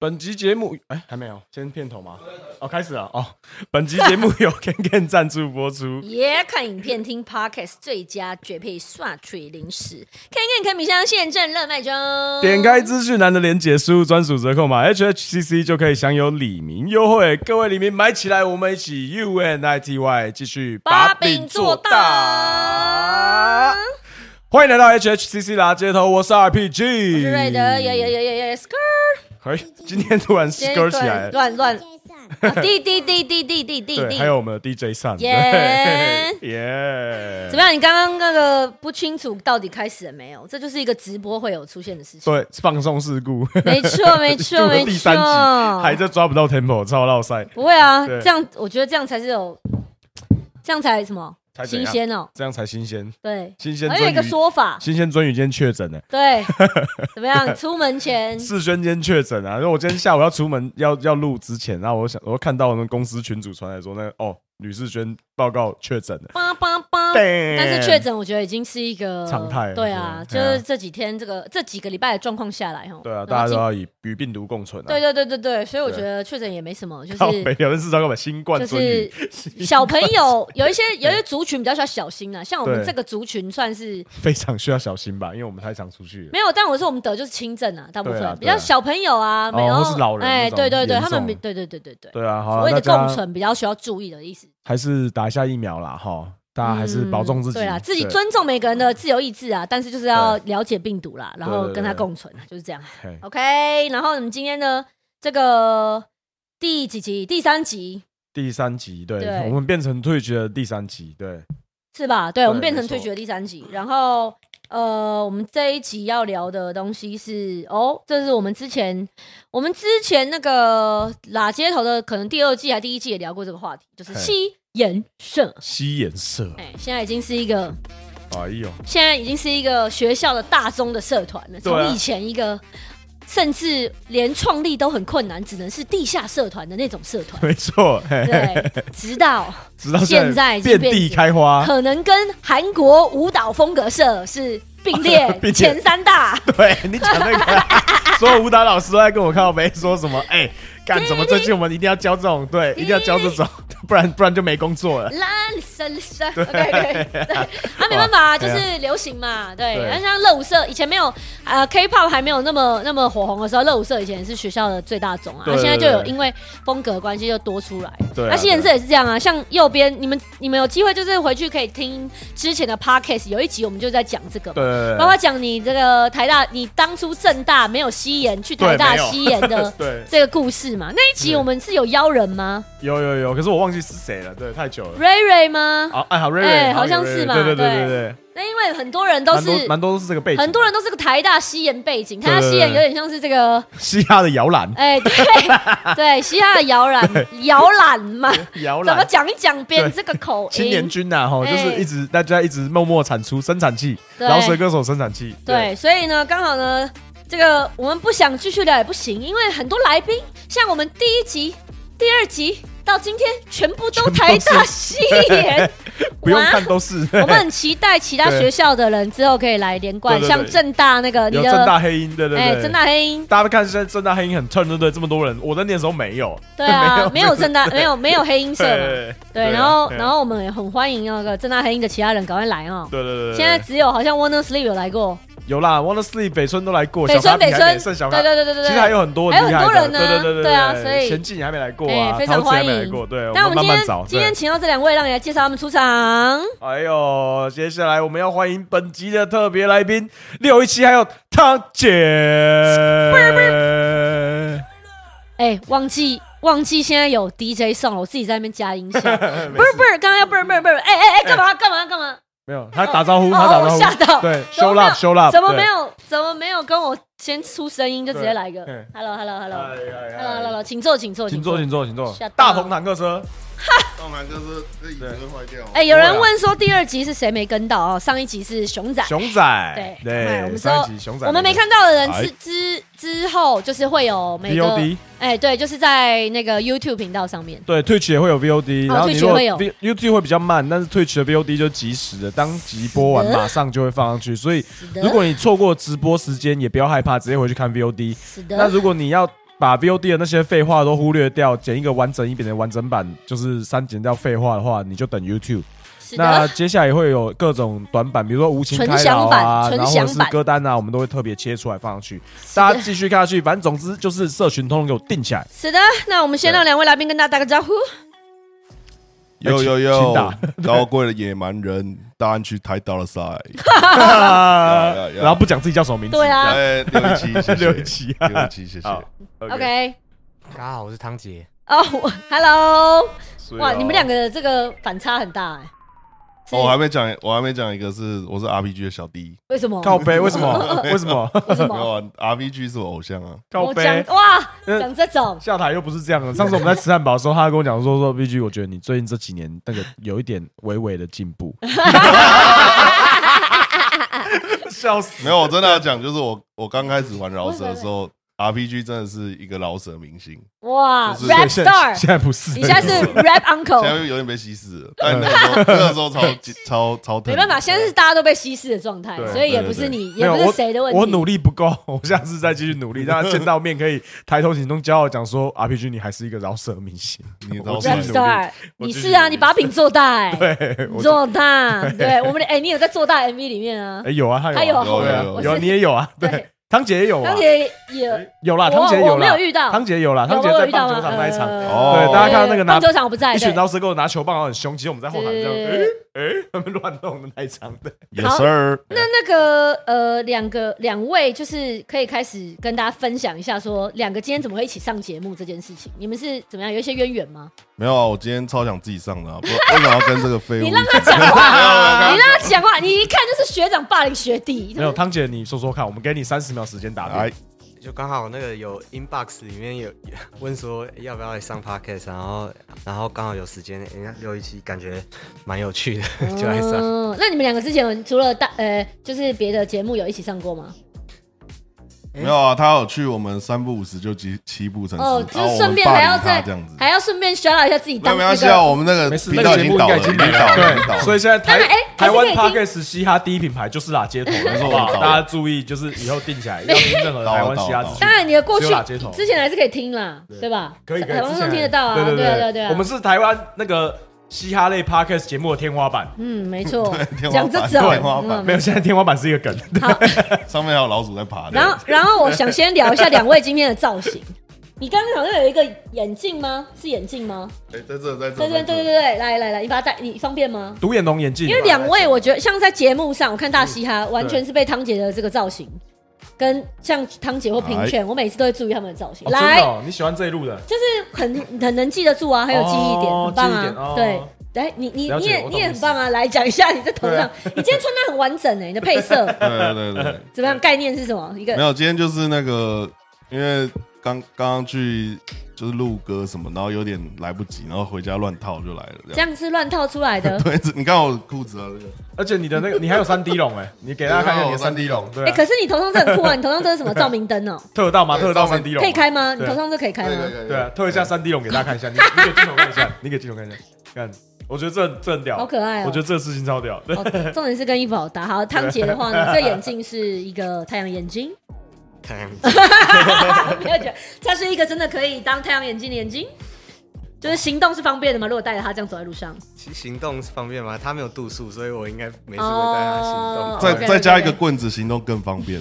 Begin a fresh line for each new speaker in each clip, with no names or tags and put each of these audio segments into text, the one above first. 本集节目，哎，还没有，先片头吗？哦，开始了哦。本集节目 由 Ken Ken 赞助播出。
耶！看影片、听 podcast 最佳绝配刷嘴零食，Ken Ken 啃米香现正热卖中。
点开资讯栏的链接，输入专属折扣码 HHCC 就可以享有李明优惠。各位李明买起来，我们一起 U N I T Y 继续
把饼做大。
欢迎来到 HHCC 啦街头，我是 RPG，
我是瑞德，有
耶
有
耶耶！
有有有 skr，
哎，今天突然 s
今
c
天
r 起来了，
乱 乱
解散。
乱，滴滴滴滴滴滴滴
对，
滴
还。有我们的 DJ 上，
耶
对耶
怎么样？你刚刚那个不清楚到底开始了没有？这就是一个直播会有出现的事情。
对，放送事故。
没 错，没
录
错，
了
没
第三集还
错。
在抓不到 tempo，超绕赛，
不会啊，
对
这样我觉得这样才是有，这样才什么
才怎
新
样
鲜哦。
这样才新鲜。
对，
新鲜
还有
鳟
一个
鱼，
说法，
新鲜鳟鱼今天确诊了，
对，怎么样？出门前
世轩今天确诊啊。因为我今天下午要出门要要录之前，然后我想我看到我们公司群主传来说，那个哦，吕世轩报告确诊了，
叭叭叭，但
但
是确诊我觉得已经是一个
常态
对啊，
对
就
对啊
是这几天这个这几个礼拜的状况下来哈，
对啊，
然后
大家都
今
要以与病毒共存啊。
对对对对对，所以我
对
觉得确诊也没什么，就
靠
是
北聊天市场干嘛？新冠
就
鳟鱼
是 小朋 友有一些有一些族群比较需要小心啦，像我们
对
这个族群算是
非常需要小心吧，因为我们太常出去了。
没有，但我说我们得就是轻症啊，大部
对啊
分比
对啊
较小朋友啊，
哦
没有
或是老人
哎，
那种
对对对，
严
他
重
们比对对对对对，
对啊，好
所
啊，
谓
大
的共
家
存比较需要注意的意思。
还是打一下疫苗啦，哈，大啊家还是保重自己。
嗯对啦，自己
对
尊重每个人的自由意志啊，但是就是要了解病毒啦，然后
对对
跟它
对
共存，就是这样。
嘿
OK，然后我们今天呢，这个第几集？第三集
第三集，对
对
我们变成退学的第三集，对
是吧？对，
对
我们变成
没错
退学的第三集。然后呃，我们这一集要聊的东西是哦，这是我们之前我们之前那个拉街头的，可能第二季还第一季也聊过这个话题，就是
嘿
吸颜社。
吸眼色，
哎、现在已经是一个
哎呦，
现在已经是一个学校的大宗的社团了，
对啊
从以前一个甚至连创立都很困难，只能是地下社团的那种社 团。
没错，嘿
对，直到
直到
现在已经
遍
变
地开花，
可能跟韩国舞蹈风格社是并
并列
列前三大。
对你讲那个， 所有舞蹈老师都在跟我靠背说什么，哎，干什么？最近我们一定要教这种，对，一定要教这种， 不然不然就没工作 了。
啦啦啦，OK OK，对， 啊，没办法啊，就
对啊
是流行嘛，对。
对
那像热舞社以前没有，呃，K-pop 还没有那么那么火红的时候，热舞社以前是学校的最大种啊，
对
啊
对
现在就有
对
因为风格关系就多出来。
对啊
那新人社也是这样啊，像右边你们你们有机会就是回去可以听之前的 podcast，有一集我们就在讲这个嘛。
对对对
包括讲你这个台大，你当初正大没有吸研去台
对
大
没有
吸研的
呃 对，
这个故事嘛，那一集
对
我们是有邀人吗？
有有有，可是我忘记是谁了，对，太久了。
瑞瑞吗？
好，哎，好，瑞
哎
瑞，
好像
有瑞
是
瑞
嘛
对对对
对
对
那因为很多人
对，
都
蛮
是
多蛮多都是这个背景，
很多人都是个台大西研背景，台大
对对
西
对
研有点像是 这个，
嘻哈的摇篮，
哎、对对，西亚的摇篮摇篮嘛，
摇
怎么
篮。
讲一讲编
对
这个口
青年
音？
军呐，吼，就是
哎
一直大家一直默默产出生产器，
对
饶舌歌手生产器，，
对，所以呢，刚好呢，这个我们不想继续聊也不行，因为很多来宾，像我们第一集、第二集到今天，全部都台大西研
不用
哇
看都是。
我 们很期待其他
对
学校的人之后可以来连贯，
对对对
像正大那个你
有
的
正大黑鹰，对对
哎，
对，
正大黑鹰，
大家都看现在正大黑鹰很蹭，对不对？这么多人，我在念的时候 没有，
对啊，没有
这
正大，没有没有黑鹰社嘛。
对
啊
啊
对，然后然
后
后我们也很欢迎那个正大黑鹰的其他人赶快来哦。
对对对对，
现在
对
只有好像 Warner Sleep 有来过，
有啦，Wanna Sleep 北村都来过，
北
小
村
咖
北
比还没
村，
剩
对
小咖
对，对对对，
其实还有很多
还有
厉害
很
的，
多人
对对
呢
对对
对啊所以
前进还没来过
哎
啊，
非常
陶瓷还
欢
没来
迎
过，对，
但我
们
们
慢
今
慢找
天，今天
对
请到这两位，让你来介绍他们出场。
哎呦，接下来我们要欢迎本集的特别来宾六一七，还有汤 姐。
哎，忘记忘记现在有 DJ 送了，我自己在那边加音 效。不是不是，刚刚要不是不是不是，哎哎哎，干嘛干嘛干嘛？
没有，他打招呼，
哦
他打招呼，
我吓到
对
怎么
，show up show up，
怎么没有怎么没有跟我先出声音就直接来一个
对嗯
Hello Hello Hello
对
Hello Hello，请坐请坐
请坐，请坐，请坐
吓到。
哎大同坦克车，
动完就是这椅子会坏掉。
哎，有人问说第二集是谁没跟到哦？上一集是熊仔，
熊仔，
对哎我们
上一
之
集熊仔，
我们没看到的人
哎
之之之后，就是会有每个
VOD，
哎，对，就是在那个 YouTube 频道上面。
对，Twitch 也会有 VOD，
哦
然后
Twitch
你
也
如果
会有
V- YouTube 会比较慢，但是 Twitch 的 VOD 就及时的，当集播完
是的
马上就会放上去，所以
是
如果你错过直播时间，也不要害怕，直接回去看 VOD。
是
那
的，
如果你要把 VOD 的那些废话都忽略掉，剪一个完整一点的完整版，就是删减掉废话的话，你就等 YouTube。
是
那
的，
接下来会有各种短板，比如说无情
纯
开
享
导啊，
版
然后或
纯
者
享
是
版
歌单啊，我们都会特别切出来放上去。
是
大
的
家继续看下去，反正总之就是社群通通给我定起 来。
是的。那我们先让两位来宾跟大家打个招呼。
哎
有有
请
有
请打，
高贵的野蛮人，大安区台岛的赛， 呀呀
然后不讲自己叫什么名字。
对啊
哎，六一七，谢谢，
六一七啊
六一七，谢谢。
好
OK，
大家好，我是汤杰。
哦我，Hello，
所以
哇，
啊
你们两个的这个反差很大哎。是
哦，我还没讲，我还没讲一个是我是 RPG 的小弟，
为什么？
靠背为什 么？为什么？
为什
没有
么？
啊，RPG 是我偶像啊，
靠
我讲
背。
哇，
嗯
讲这种
下台又不是这样的。上次我们在吃汉堡的时候，他跟我讲说说 B G，我觉得你最近这几年那个有一点微微的进 步。 笑死！
没有，我真的要讲，就是我我刚开始玩饶舌的时
哦
候，RPG 真的是一个饶舌明星，
哇
就是
，rap
现在
star，
现在不是，
你现在是 rap
现在
uncle，
有点被稀释了，但那个时 候那个时候超级超超疼
没办法，现在是大家都被稀释的状态，
对
所以也
对
不是
对
你，
没
也
有
不
我
是谁的问题。
我努力不够， 我下次再继续 努力，让他见到面可以抬头挺胸，骄傲地讲说 R P G 你还是一个饶舌明 星，
你
我
饶
继续
rap
努
舌
力
star，
我
你
继续
是啊，
努力
你把饼做大 哎。
对，我就
做 大，对我们的哎、你有在做大 MV 里面啊
哎？有啊，他
他有
啊
有
对啊
有有
有啊
我是
你也有啊，对，
对，
汤姐也有啊
当，姐也哎
有啦，汤姐
我我没
啦
有，遇到，
汤姐有啦，汤
有
姐
我有
在
遇到
棒球
吗？
场那一场，
呃
哦
对大家看到那个拿
棒球场我不在，
一群
对
饶舌给我拿球棒，然后很凶，其实我们在后场这样，
对
哎
对
哎，他们乱弄的那一场的。
，Yes sir，
那那个呃，两个两位就是可以开始跟大家分享一下说两个今天怎么会一起上节目这件事情，你们是怎么样有一些渊源吗？
没有啊，我今天超想自己上的啊，不知道为什么要跟这个废物
你
一
让
起？
他讲话，
没有没有没有
你让他讲话，你一看就是学长霸凌学弟，
没有，汤姐，你说说看，我们给你三十秒时间答
来
辩。，
就刚好那个有 inbox 里面有问说要不要来上 podcast，然后然后刚好有时间，人家六一七感觉蛮有趣的，
哦
就来
啊
上。
嗯，那你们两个之前有除了大呃，就是别的节目有一起上过吗？
没有啊，他有去我们三不五十就七七步成诗
哦，就
然
是
后我
顺
们
便
霸
还
凌
要
他
再
这样子，
还要顺便 s h o 一下自己
那
当
没
那
关系啊，
个。
我们那个
没事，
频
那
道
个节
经
目应
倒
该
了，
已经
已
没
经
了。
倒了，已经倒
对，
了
所以现在
当然哎
台台
还
湾
是可以听
Podcast 嘻哈第一品牌就是拉街头，
没
好
错
不好？
倒了
大家注意，就是以后定起来要听任何
倒了
台湾嘻哈
倒了
资讯
当。然，你的过去
只有打街头
之前还是可以听啦，对吧？
可以，可以
台湾
之
上
前
听得到啊，
对
对
对
啊对啊对啊。
我们是台湾那个嘻哈类 Podcast 节目的天花板。
嗯，没 错
天，花
讲
板
这种
天花板
嗯
没有，现在天花板是一 个梗。
上面还有老鼠在爬的。
然后，然后我想先聊一下两位今天的造型。你刚刚好像有一个眼镜吗？是眼镜吗？
哎，在这，在这，
对对对对
对，
对，来来来，你把它戴，你方便吗？
独眼龙眼镜，
因为两位，我觉得像在节目上，我看大嘻哈
嗯
完全是被汤姐的这个造型，跟像汤
哎
姐或平权，我每次都会注意他们的造型。
哦真的
来，
哦你喜欢这一路的，
就是很很能记得住啊，很有记忆点，
哦
很棒
记忆点哦
啊，对。来，你你
了
你
解
也
我懂
你也
意
很
思
棒啊！来讲一下你在头
对
上
啊，
你今天穿搭很完整哎，你的 配色
对对对对，
怎么样？概念是什么？一个
没有，今天就是那个，因为刚刚刚去就是录歌什么，然后有点来不及，然后回家乱套就来了。这
这
样，。
样是乱套出 来的
啊
对，这你看我裤子啊，这个
而且你的那个，你还有三 D 龙哎，你给大家看一下你的三 D 龙，对
哎，
啊，
可是你头上这很酷啊！你头上这是什么照明 灯哦？
特到吗？
对
特到三 D 龙，
可以开吗？你
啊对
头上这可以开吗？
对啊，特一下三 D 龙给大家看一下，你你给镜头看一下，你给镜头看一下，看，我觉得这很这很屌，
好可爱哦
我觉得这个事情超屌，对，
哦，重点是跟衣服好 搭。好，汤姐的话呢，这眼镜是一个太阳眼镜，
太阳
没有觉得它是一个真的可以当太阳眼镜的眼镜，就是行动是方便的嘛。如果带着它这样走在路上，
其实行动方面嘛，他没有度数，所以我应该每次会带他
哦
行动。
再
OK，OK，OK
再加一个棍子，行动更方便。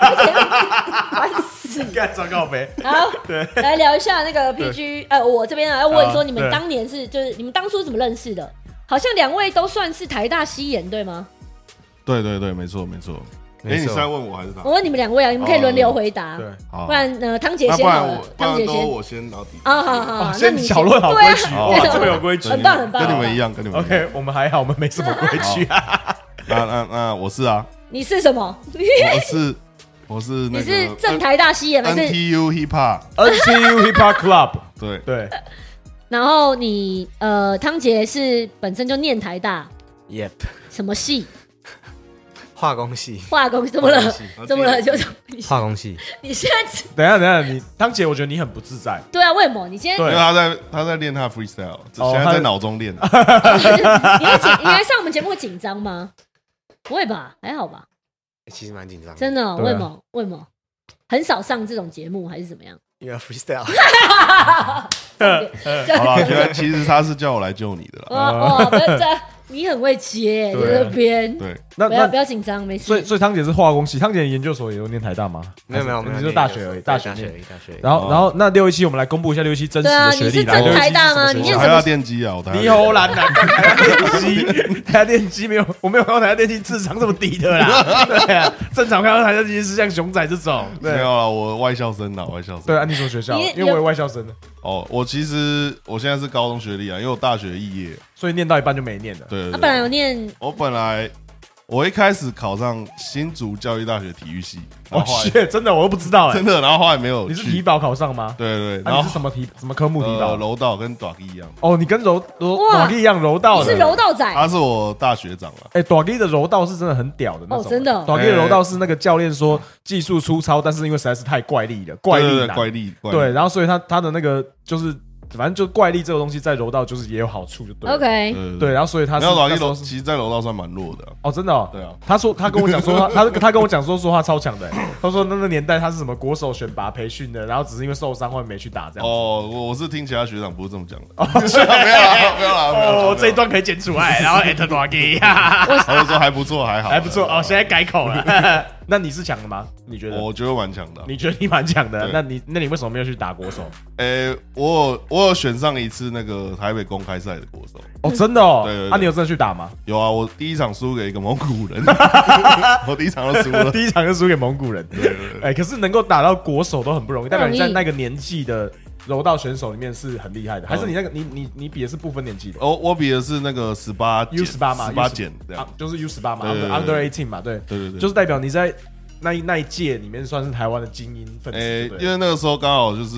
烦死。
干糟糕呗，
好，来聊一下那个 PG，呃，我这边啊要问说，你们
对
当年是就是你们当初怎么认识的？好像两位都算是台大西研对吗？
对对对，没错没错。哎，
没
你
错
是在问我还是他
我？问你们两位啊，你们可以轮流回答，
哦对。啊
好
不然呃，汤姐
那
先
不
好
然
了
我，，不
汤姐
然都
先
我先拿底。
啊，好好好，
哦，
那
先
你
讨论好
对啊
规矩， 哇，
对啊
哦这么有规矩，
很棒很棒
跟你们一样，跟你们一样
OK，我们还好，我们没什么 规矩啊。
那那那我是啊，
你是什么？
我是我是
你
那
是
个呃
正台大西研还是？
NTU Hip Hop，
NTU Hip Hop Club，
对
对，
然后你呃，汤姐是本身就念台大
，Yep，
什么系？
化工系，
化工怎么了？怎么了？就是 你
化工系，
你现在
等一下等一下，你汤姐，我觉得你很不自在，
对啊，为什么？你今天
对
因为他在他在练他的 freestyle，
哦
现在
他
在脑 中 练。
你会紧？你来上我们节目会紧张吗？不会吧？还好吧？
其实蛮紧张的。
真的哦、
对啊
为什么？为什么？很少上这种节目，还是怎么样？
因 为 freestyle
好啦，原来其实他是叫我来救你的啦。
啊
哇哇，哦不要这样，你很会接，在
对
那边。
对，
那
不要不
那
要紧张，没
所以
事。
所以汤姐是化工系，汤姐研究所也有念台大吗？
没有没有
还
没
是
有，
你就大学而已，
大
大学
学
念
而已，大学而已。
然后，然后那六一七，我们来公布一下六一七真实
对啊
的学历
你是
来。
真台大
617
吗
是什么
你
学
念
我
校
什
还要电机啊，我台
你好难啊！台大电机，台大电机没有，我没有看到台大电机智商这么低的 啦。对啊，正常看到台大电机是像熊仔这种。
没
对
有啦，我外校生啦，外校生。
对啊，你什么学校？
你
因为我有外校生的，
哦，我其实我现在是高中学历啊，因为我大学肄业。
所以念到一半就没念了。
对对
他
对
啊本来有念
我本来我一开始考上新竹教育大学体育系，然
哦，
后后来
谢，真的我都不知道哎
真。的，然后后来没有
你是
去
体保考上吗？
对对，对
啊，你
然
是
后
什么体什么科目体
呃
保？
柔道跟短一样，
哦，你跟柔柔
哇
短力一样柔道
你
的
是。柔道仔，
啊
他是我大学长啊了。
哎，短力的柔道是真的很屌的那种。
哦真的哦
短力的柔道是那个教练说技术粗糙，但是因为实在是太怪力了，怪
对对
力
对
男
怪力，怪力
对，然后所以他他的那个就是，反正就怪力这个东西在柔道就是也有好处，就对了。嗯
OK，
对
对，然后所以他
没
是
有打
那
一
时候
楼，
是
其实在楼道算蛮弱的啊、
哦，真的、哦，
对啊，
他说他跟我讲说他他他跟我讲说说话超强的、欸，他说那个年代他是什么国手选拔培训的，然后只是因为受伤后来没去打这样子。哦
哦，我我是听其他学长不是这么讲的， 没有啦，没有啦，没有啦。没有啦
哦这一，段可以剪出来，然后 at 罗基，哈哈
他就说还不错，还好， 啊
还不错
还好
哦，现在改口了。 那你是强的吗？你觉得？
我觉得蛮强的啊。
你觉得你蛮强的？
对
那你那你为什么没有去打国手？
诶，我有我有选上一次那个台北公开赛的国手，
哦，真的哦
对对，对
啊，你有真的去打吗？
有啊，我第一场输给一个蒙古 人，我第一场都输了。
第一场就输给蒙古人。
对对对
哎、可是能够打到国手都很不容易，代表你
不
在
容易
那个年纪的柔道选手里面是很厉害的，还是
嗯
你那个你你你比的是不分年纪的
我我比的是那个十八
U 十八嘛
十八
U18
减哦这
啊
样，，
就是 U 十八嘛
对对对
，Under Eighteen 嘛，对，
对对对，
就是代表你在那一那一届里面算是台湾的精英分
诶，
子，
哎因
对
为那个时候刚好就是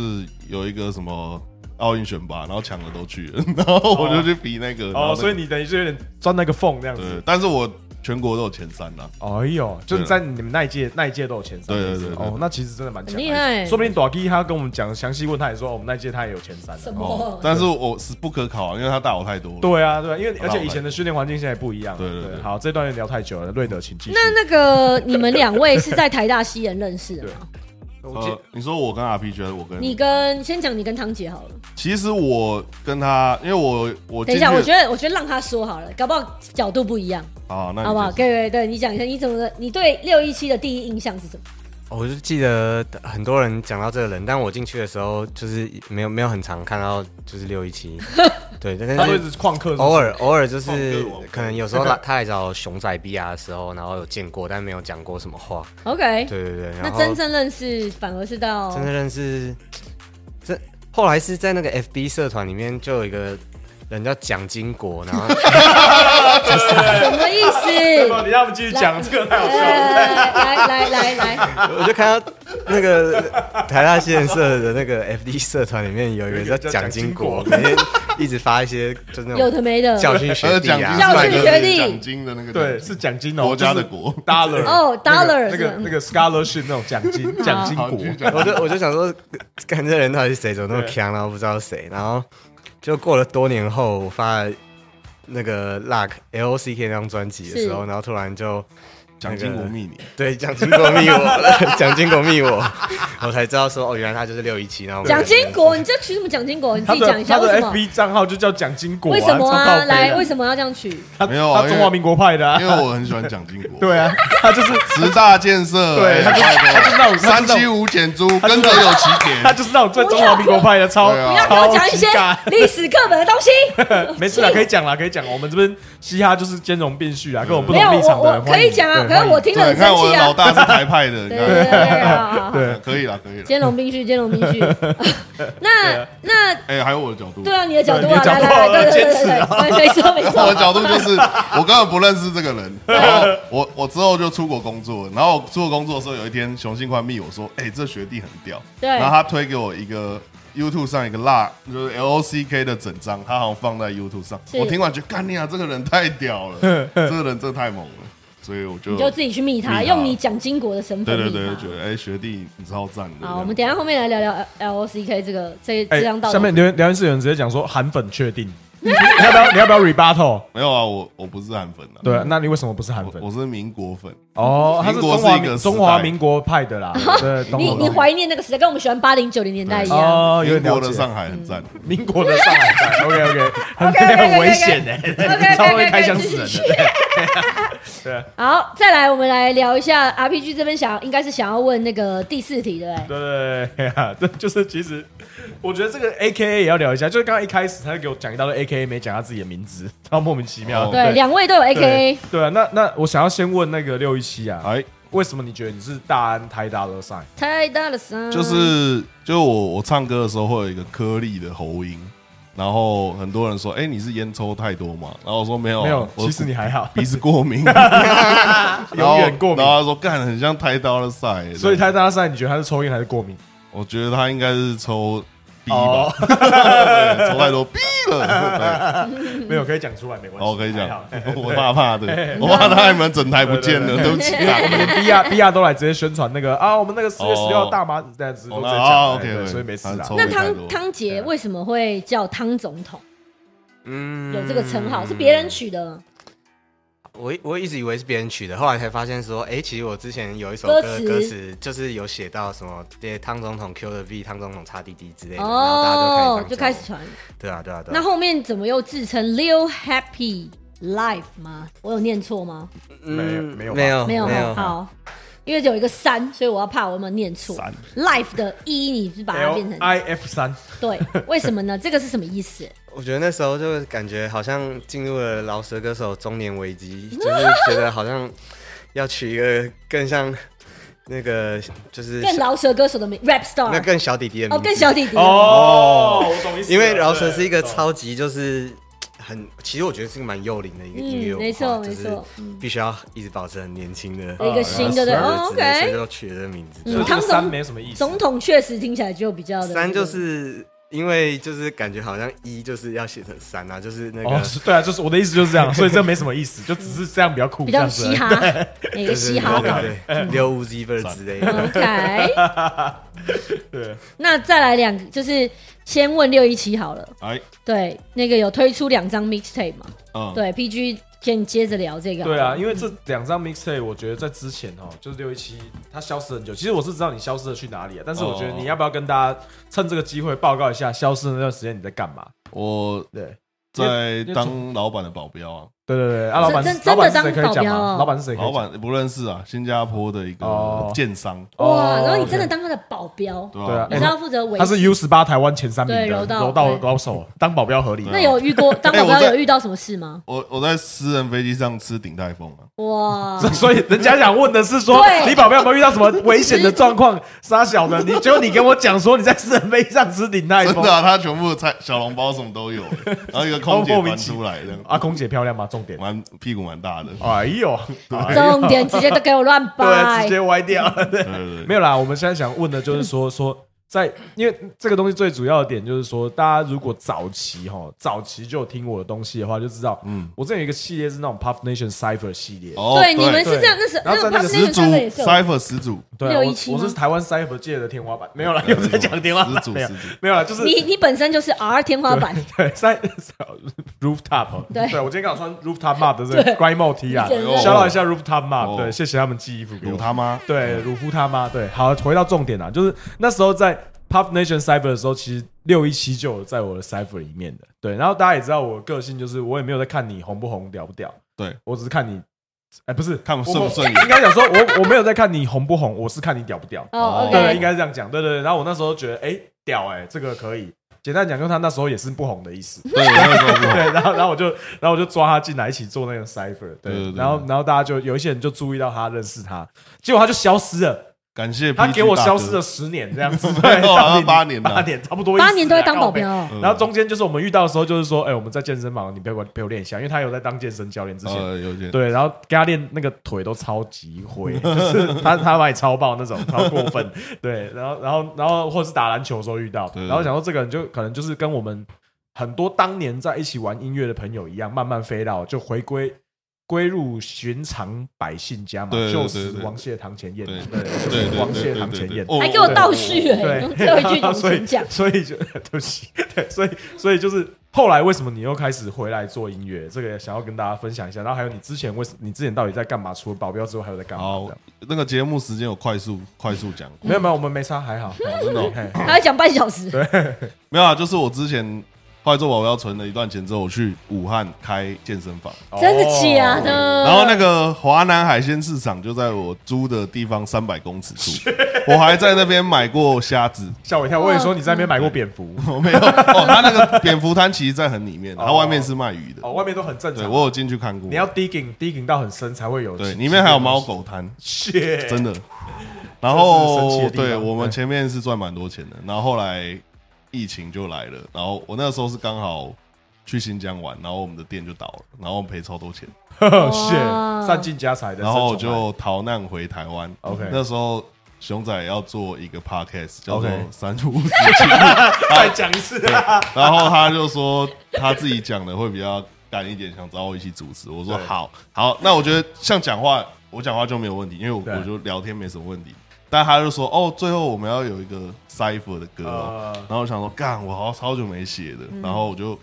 有一个什么奥运选拔，然后抢的都去 了，然后我就去比那个。然后那
哦，
个
所以你等于是有点钻那个缝这样
对
子，。
但是我全国都有前三啊啦。
哎呦，就是在你们那一届那一届都有前三，
对对
是不是
对对
哦，那其实真的蛮强的，
很厉害
说不定短 K 他要跟我们讲详细问他也说，哦我们那一届他也有前三啊的
什。
哦
么，？
但是我是不可考啊，因为他大我太多了。
对啊，对啊，因为而
好
且
吧
以前的训练环境现在不一样了。啊
对对对
好，这段也聊太久了，瑞德，请继续。
那那个你们两位是在台大西人认识的吗？
我记
呃，你说我跟 RPG 还是我跟
你？跟先讲你跟汤姐好了。
其实我跟他，因为我我
等一下，
进
我
去
觉得我觉得让他说好了，搞不好角度不一样，
好，啊
嗯
那你
好不好？
先
对对对，你讲一下你怎么的，你对六一七的第一印象是什么？
我就记得很多人讲到这个人，但我进去的时候就是没有没有很常看到，就是六 一七，对，但
他都一
是
直旷课，
哦
偶尔偶尔就是
放歌王
可能有时候来 他来找熊仔 B 啊的时候，然后有见过，但没有讲过什么话，
OK，
对对对，
那
然后
真正哦认识反而是到
真正认识，这后来是在那个 FB 社团里面就有一个人叫蒋经国， 然后
什么意 思？
你让我们继续讲这个太好笑了。
来来来来来，
我就看到那个 台大新人社的那个 FD 社团里面有一个叫蒋经国，每天一直发一些就是那
有
种
的没的。
教训学
呃
弟
奖金
啊
是，
教
那
训
个
学弟
奖金的那 个
对，是奖金哦，
国家的国
dollar
哦，dollar
那个那
是
个
吗
那个 scholarship 那种奖 金奖金
好
国
你。去讲
我就我就想说，看这人到底是谁，怎么那么强，啊然后不知道谁，然后就过了多年后，我发了那个 Luck L O C K 那张专辑的时候，
是
然后突然就
奖金我密你，
对蒋经国密我，蒋经国密我， 我才知道说哦，原来他就是六一七，然后我们
蒋经国，你这取什么蒋经国？你自
他
己讲
的
一下
他
为
的
什么？
FB 账号就叫奖金国，
为什么
超靠
啊？
北的
来，为什么要这样取？
他
没有啊
他
因为
中华民国派的啊
因为，我很喜欢蒋经国。
对啊，他 就是
十大建设，
对他就
哎拜托
他就是那种
三七五减租，
他就
跟
是
着有起点
他。就是那种最中华民国派的，超
不
不
要
要给我
超
讲一些
级 尬。
历史课本 的东西。
没事啦，可以讲啦，可以讲。我们这边嘻哈就是兼容并蓄啊，跟我们不
没
同
有，
立场
我
的人
我可以讲啊，
欢迎
可是我听了
对，
很
看
生
我
气
的老
啊。
大是台派的，你
对对对 对，
看，
好好好
对
可以了，可以了。
兼容并蓄，兼容并 蓄。那那
哎，还有我的角度，
对啊，你的角度
啊对你
啊，
的
来
角度
来
啊
来，对
坚持
对对对，没错 没
我的
错。
角度就是，我根本不认识这个人。然后我我之后就出国工作，然后我出国工作的时候，有一天熊信宽密我说：“哎、这学弟很屌。”
对
然后他推给我一个 YouTube 上一个辣，就是 LOCK 的整张，他好像放在 YouTube 上。
是
我听完觉得，干你啊，这个人太屌 了，这个人真的太猛了，所以我就
你就自己去密
密
他，
他
用你蒋经国的身
对
份
对
密
对，
他
就觉得哎、学弟你超赞的。
好，我们等一下后面来聊聊 L O C K 这个这这张
哎
道。
下面留言留言室有人直接讲说韩粉确定， 你要不要你要不要 rebuttal？
没有啊，我我不是韩粉啊，
嗯
对，那你为什么不是韩
我
粉
我？是民国粉，
哦，他是中华民中华民国派的 啦，对，懂
你
懂
你
懂
怀啊念那个时代，跟我们喜欢八零九零年代一样。
哦，有
民
点了
国的
解。
上海很赞。
嗯
民国的上海 站，OK OK，很
OK，OK，OK，OK
很危险哎，
OK，OK，OK，
超会开枪死人
继
的。对
好，再来我们来聊一下 RPG 这边想应该是想要问那个第四题，对不对？
对对对，这就是其实，我觉得这个 A K A 也要聊一下，就是刚刚一开始他就给我讲一大堆 A K A 没讲他自己的名字，然后莫名其妙。
哦
对，两位都有 AKA
对。对啊，那那我想要先问那个六一七啊，
哎，
为什么你觉得你是大安台大的 sign？
太大了声，
就是就我我唱歌的时候会有一个颗粒的喉音，然后很多人说，哎，你是烟抽太多嘛？然后我说没有啊，
没有，
我
其实你还好，
鼻子过敏，然
永
后
远过敏
然。后他说干很像台刀的赛，
所以台大赛，你觉得他是抽烟还是过敏？
我觉得他应该是抽 B 吧
哦，，
对抽太多 B 了，
没有可以讲出来没关系。
好，我哦可以讲
还好，
我怕 怕的，我怕他你们整台不见了，对不起啊。
我们连 B 亚 B 亚都来直接宣传那个啊，我们那个四月十六
哦
大麻这样子都
哦
直接讲
哦
哎对
OK，OK，
所以没事啦
好。
那
抽太
汤
多
汤杰为什么会叫汤总统？
嗯
有这个称号是别人取的，
我一我一直以为是别人取的，后来才发现说，哎、其实我之前有一首
歌
歌
词
歌词就是有写到什么，对汤总统 Q 的 V，汤总统叉滴滴之类的，然后
哦
大家，
就
就
开
开
始
始
传。
对啊对啊对
那
啊。
后面怎么又自称 Lil Happy Life 吗？我有念错吗？
嗯
没有
没有
没有
没
哈，
有，
好，因为有一个三，所以我要怕我有没有念错。Life 的一，你是把它变
L
成
哎哦
哎
I F 三，
对，为什么呢？这个是什么意 思？
我觉得那时候就感觉好像进入了饶舌歌手中年危 机，就是觉得好像要取一个更像那个就是
更饶舌歌手的名 rap
那
star
更小弟弟的名
哦，
字
更小弟弟
哦，我懂意思了。
因为饶舌是一个
对
超级就是很，其实我觉得是个蛮幼龄的一个音乐
嗯，
文化，
没错
就
没
是
错，
必须要一直保持很年轻的
有一个新的对
然后
哦
之类所
，OK，
以就取了这个名字。
嗯
所以这
汤
个
总
三没什么意思。
总统确实听起来就比较的
三就是因为就是感觉好像一就是要写成三啊，就是那
哦
个，
是对啊，就是我的意思就是这样，所以这没什么意思，就只是这样比较酷，
比
这
较
样子而
嘻
已。
哈，一个
就
嘻
是
哈感。
对对六五 Z 之类的。
OK，
对，
那再来两个，就是先问六一七好了。
哎，
对，那个有推出两张 mixtape 嘛？
嗯，
对，PG 先接着聊这个好了。
对啊，因为这两张 mixtape，我觉得在之前哦，就是六一七，它消失很久。其实我是知道你消失了去哪里啊，但是我觉得
哦
你要不要跟大家趁这个机会报告一下，消失的那段时间你在干嘛？
我
对，
在当老板的保镖啊，
对对对，啊，老板
真
是
真
老板是
真的
谁可
当
以讲
保镖哦
吗？老板是谁可以
老
讲？
板不认识啊，新加坡的一
哦
个建商，
哇，
哦
然后你真的
OK
当他的保镖，
对
对啊
吧
你？
哎
是要负责维
他是
持。
U 十八台湾前三名的
对柔道
柔道
对
高手，当保镖合理。
那有遇过当保
哎我
镖
在
有遇到什么事吗？
我我在私人飞机上吃鼎泰丰啊，
哇，
所以人家想问的是说，
对
你保镖有没有遇到什么危险的状况？杀小 的，你就你跟我讲说你在私人飞机上吃鼎泰
真
丰
的啊，他全部的菜小笼包什么都有，然后一个空姐
哦莫名
翻
其
出来 的，
啊，空姐漂亮吗？重点，
蛮屁股蛮大的，
哎呦，哎呦
重点直接都给我乱
对，
掰
直。接歪掉。 对，
对对
没
对，
有啦，我们现在想问的就是 说说。在，因为这个东西最主要的点就是说，大家如果早期哈，早期就有听我的东西的话，就知道，嗯，我这有一个系列是那种 Puff Nation Cipher 系列，
哦
对，你们是
对
这样，那是
然后在
那
那个
个 Pop
始
Nation
祖
Cipher 也是有
cipher 始祖，
对啊，
617
我我是
吗
台湾 Cypher 界的天花板，没有啦，又在讲天花板，
始祖
没有
始祖，
没有啦，就是
你你本身就是 R 天花板，
对在 rooftop，哦
对
我今天刚好穿 rooftop map 的这个 grime o T 啊，
你整个
笑到一下 rooftop map，
哦
对，谢谢他们寄衣服给
有
我，
他 妈，
对，鲁夫他妈，对，好，回到重点啊，就是那时候在 Puff Nation Cypher 的时候，其实六一七就有在我的 Cypher 里面的，对，然后大家也知道我的个性就是我也没有在看你红不红屌不屌，
对
我只是看你，哎，不是
看我
我
顺不顺眼
应该讲说我我没有在看你红不红，我是看你屌不屌，
哦
对，
，OK，
应该是这样讲，对对对。然后我那时候觉得，哎、屌哎、这个可以。简单讲，就他那时候也是不红的意思。
对，我那时候不
对，然后然后我就然后我就抓他进来一起做那个 cipher，对，
对对对
然后然后大家就有一些人就注意到他，认识他，结果他就消失了，
感谢 PG
他给我
大哥
消失了，十年这样子，
没
对，
有啊
到底
八年啊
八年差不多意思啊，
八年都在当保镖
靠
哦。
背。
嗯
然后中间就是我们遇到的时候，就是说，哎、我们在健身房，你陪我陪我练一下，因为他有在当健身教练之前，
呃，有点，
对，然后给他练那个腿都超级灰， 就是他他把你超爆那种，超过 分。对，然后然后然后或者是打篮球的时候遇到，
对
然后想说这个人就可能就是跟我们很多当年在一起玩音乐的朋友一样，慢慢飞到就回归归入寻常百姓家嘛，
对对
就
对
是
对
王谢堂前燕，
对
对，
对
就是
对
王
对
谢
对
堂
对
前
对
燕，
哦
还给我倒叙哎、
对
欸，用最 后一句怎
所
么
以
讲？
所以就 对不起，对，所以所以就是后来为什么你又开始回来做音乐？这个想要跟大家分享一下。然后还有你之前为什你之前到底在干嘛？除了保镖之外，还有在干嘛
哦
欸
好
的？，
那个节目时间有快速快速讲，
没有没有，我们没差，还 好，
真的哦
嘿
还要讲半小时，
没有啊，就是我之前后来做保镖存了一段钱之后，我去武汉开健身房，
嗯
真的假？
哦
的？
然后那个华南海鲜市场就在我租的地方三百公尺处，我还在那边买过虾子，
吓我一跳！我也说你在那边买过蝙 蝠，
我 没有哦，他那个蝙蝠摊其实在很里面，
哦
它外面是卖鱼的
哦，，外面都很正
对
常。
我有进去看过，
你要 digging digging 到很深才会有，
对，里面还有猫，狗摊，
shit
真的。然
神奇
后
的地方
对我们
对
前面是赚蛮多钱的，然后后来疫情就来了，然后我那时候是刚好去新疆玩，然后我们的店就倒了，然后我们赔超多钱，
Oh， shit 散尽家财的，
然后我
这种啊
就逃难回台湾。
OK
那时候熊仔要做一个 podcast 叫
OK
做《三五十情》，
再讲一次啊，
然后他就说他自己讲的会比较干一点，想找我一起主持。我说
对
好，好，那我觉得像讲话，我讲话就没有问题，因为我
对
我就聊天没什么问题。但他就说哦，最后我们要有一个 cipher 的歌哦。
呃
然后我想说干，我好超久没写的，
嗯
然后我就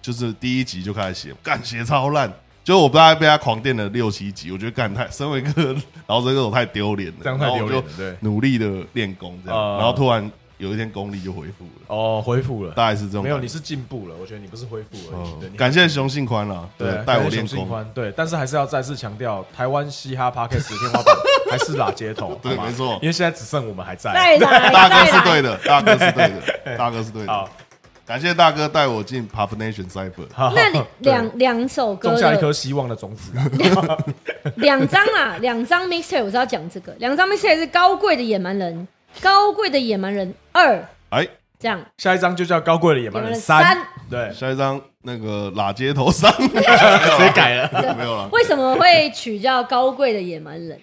就是第一集就开始写，干写超烂。就我大概被他狂电了六七集，我觉得干太身为一个饶舌歌手太丢脸了，
这样太丢
然后我
脸
就
了，对，
努力的练功这样，
啊
然后突然有一天功力就恢复了，
哦，恢复了。
大概是这种感觉。
没有，你是进步了，我觉得你不是恢复而已。对，
哦
你
感谢熊信宽了，对，带我练
信
功，
宽，对，但是还是要再次强调，台湾嘻哈 p a r k e s 的天花板还是拉街 头，
对，
好吗
没，错
因，为现在只剩我们还在。
再来，
大哥
再
是
来
对的，大哥是对的，大哥是对的
好，，
感谢大哥带我进 Pop Nation Cypher，
好，
那你
对
两两首 歌
种下一
的
颗希望的种子 啊。
两张啦，两张 mixtape 我是要讲这个，两张 mixtape 是《高贵的野蛮人》《高贵的野蛮人二》
哎，
这样，
下一张就叫《高贵的野蛮
野蛮
人
人
三
三》，
对，
下一张那个拉街 头上，
谁改了？
没有了，
为什么会取叫《高贵的野蛮人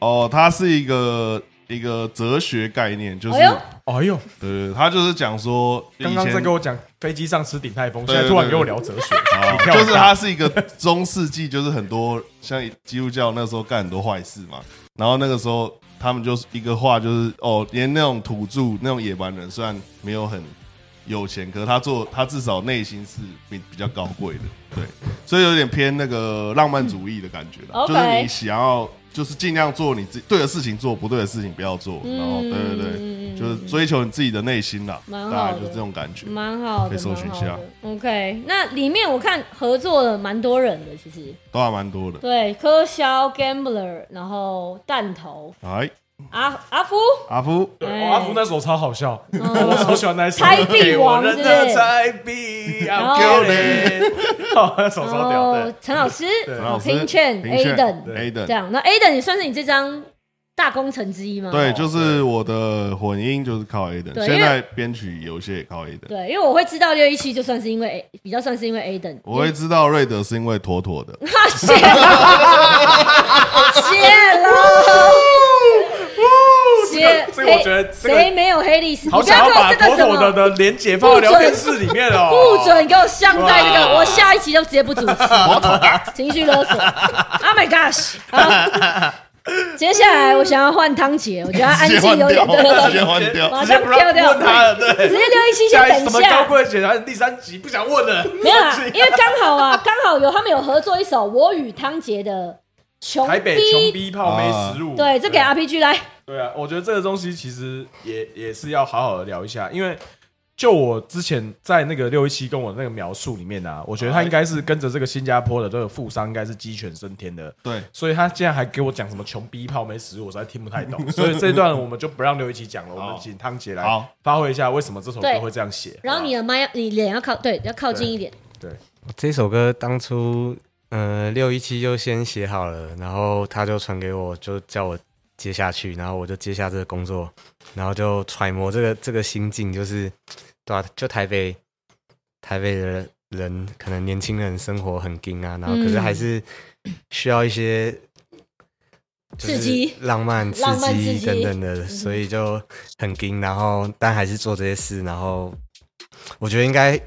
哦，它是一个一个哲学概念，就是
哎呦
哎呦，
对对，对它就是讲说以
刚刚在
前
跟我讲飞机上吃鼎泰丰，
对
现在突然跟我聊哲学，
哦
哎
你跳
就是
大
它是一个中世纪，就是很多像基督教那时候干很多坏事嘛，然后那个时候他们就是一个话就是哦，连那种土著那种野蛮人虽然没有很有钱，可是他做他至少内心是比比较高贵的，对，所以有点偏那个浪漫主义的感觉啦，
OK
就是你想要就是尽量做你自己对的事情做，不对的事情不要做，》？
嗯
然后哦对对对。
对
就是追求你自己的内心啦，
蛮好的
大概就是这种感觉。
蛮好的，
可以搜寻一下
蛮好的 OK，那里面我看合作了蛮多人的，其实
都还蛮多的。
对柯肖、Gambler，然后弹头、
哎，
阿阿夫、
阿福，
对
哎
哦阿福那首超好笑，
嗯
我超喜欢那一首。
猜币王
给我人
是不
的
是
猜币
然
，I'm
后
killing。哦， 那首超
然
屌，
后
对，
哎陈老师、哦
陈老师
平券、
平券
Aden
对
A 等
这，样。那 Aden 也算是你这张大工程之一吗？
对，
哦
就是我的混音就是靠 A 等，
对
现
因为
在编曲有些也靠 A 等。
对，因为我会知道六一七，就算是因为 A，比较算是因为 Aden。
我会知道瑞德是因为妥妥的，
哈谢了，谢了。
这
谢
个这个我觉得这个
谁没有黑历史？
好
你不要
想要
给我
把
这个
妥
什
妥的
么？
的连结放到聊天室里面哦。
不准给我像在这个，
哇
我下一期就直接不主持，情绪勒索。Oh my gosh！好，接下来我想要换汤姐，我觉得她安
直接
静
换
有
掉
点，
直接
对，
换掉
马
直接
上
不让
跳掉
问，他了，对。
直接六一七先
下一
等
什
一
么
下
高。贵姐，然后第三集不想问了，
没有啦，因为刚好啊，刚好有他们有合作一首我与汤杰的《穷
台北穷
逼》，
逼泡妹实录，
对，这给 RPG 来，
对啊，我觉得这个东西其实也也是要好好的聊一下，因为就我之前在那个六一七跟我那个描述里面啊，我觉得他应该是跟着这个新加坡的这个富商，应该是鸡犬升天的，
对，
所以他竟然还给我讲什么穷逼泡没食物，我实在听不太懂， 所以这一段我们就不让刘一奇讲了，我们
好
请汤姐来
好
发挥一下为什么这首歌
对
会这样写。
然后你的
啊
麦要，你脸要靠，对，要靠近一点，
这首歌当初呃六一七就先写好了，然后他就传给我，就叫我接下去，然后我就接下这个工作，然后就揣摩这个这个心境，就是对啊？就台北台北的人，可能年轻人生活很紧啊，然后可是
嗯
还是需要一些。就是
刺激
浪漫、刺
浪漫刺
激
激嗯
等等的，所以就很紧，然后但还是做这些事，然后我觉得应该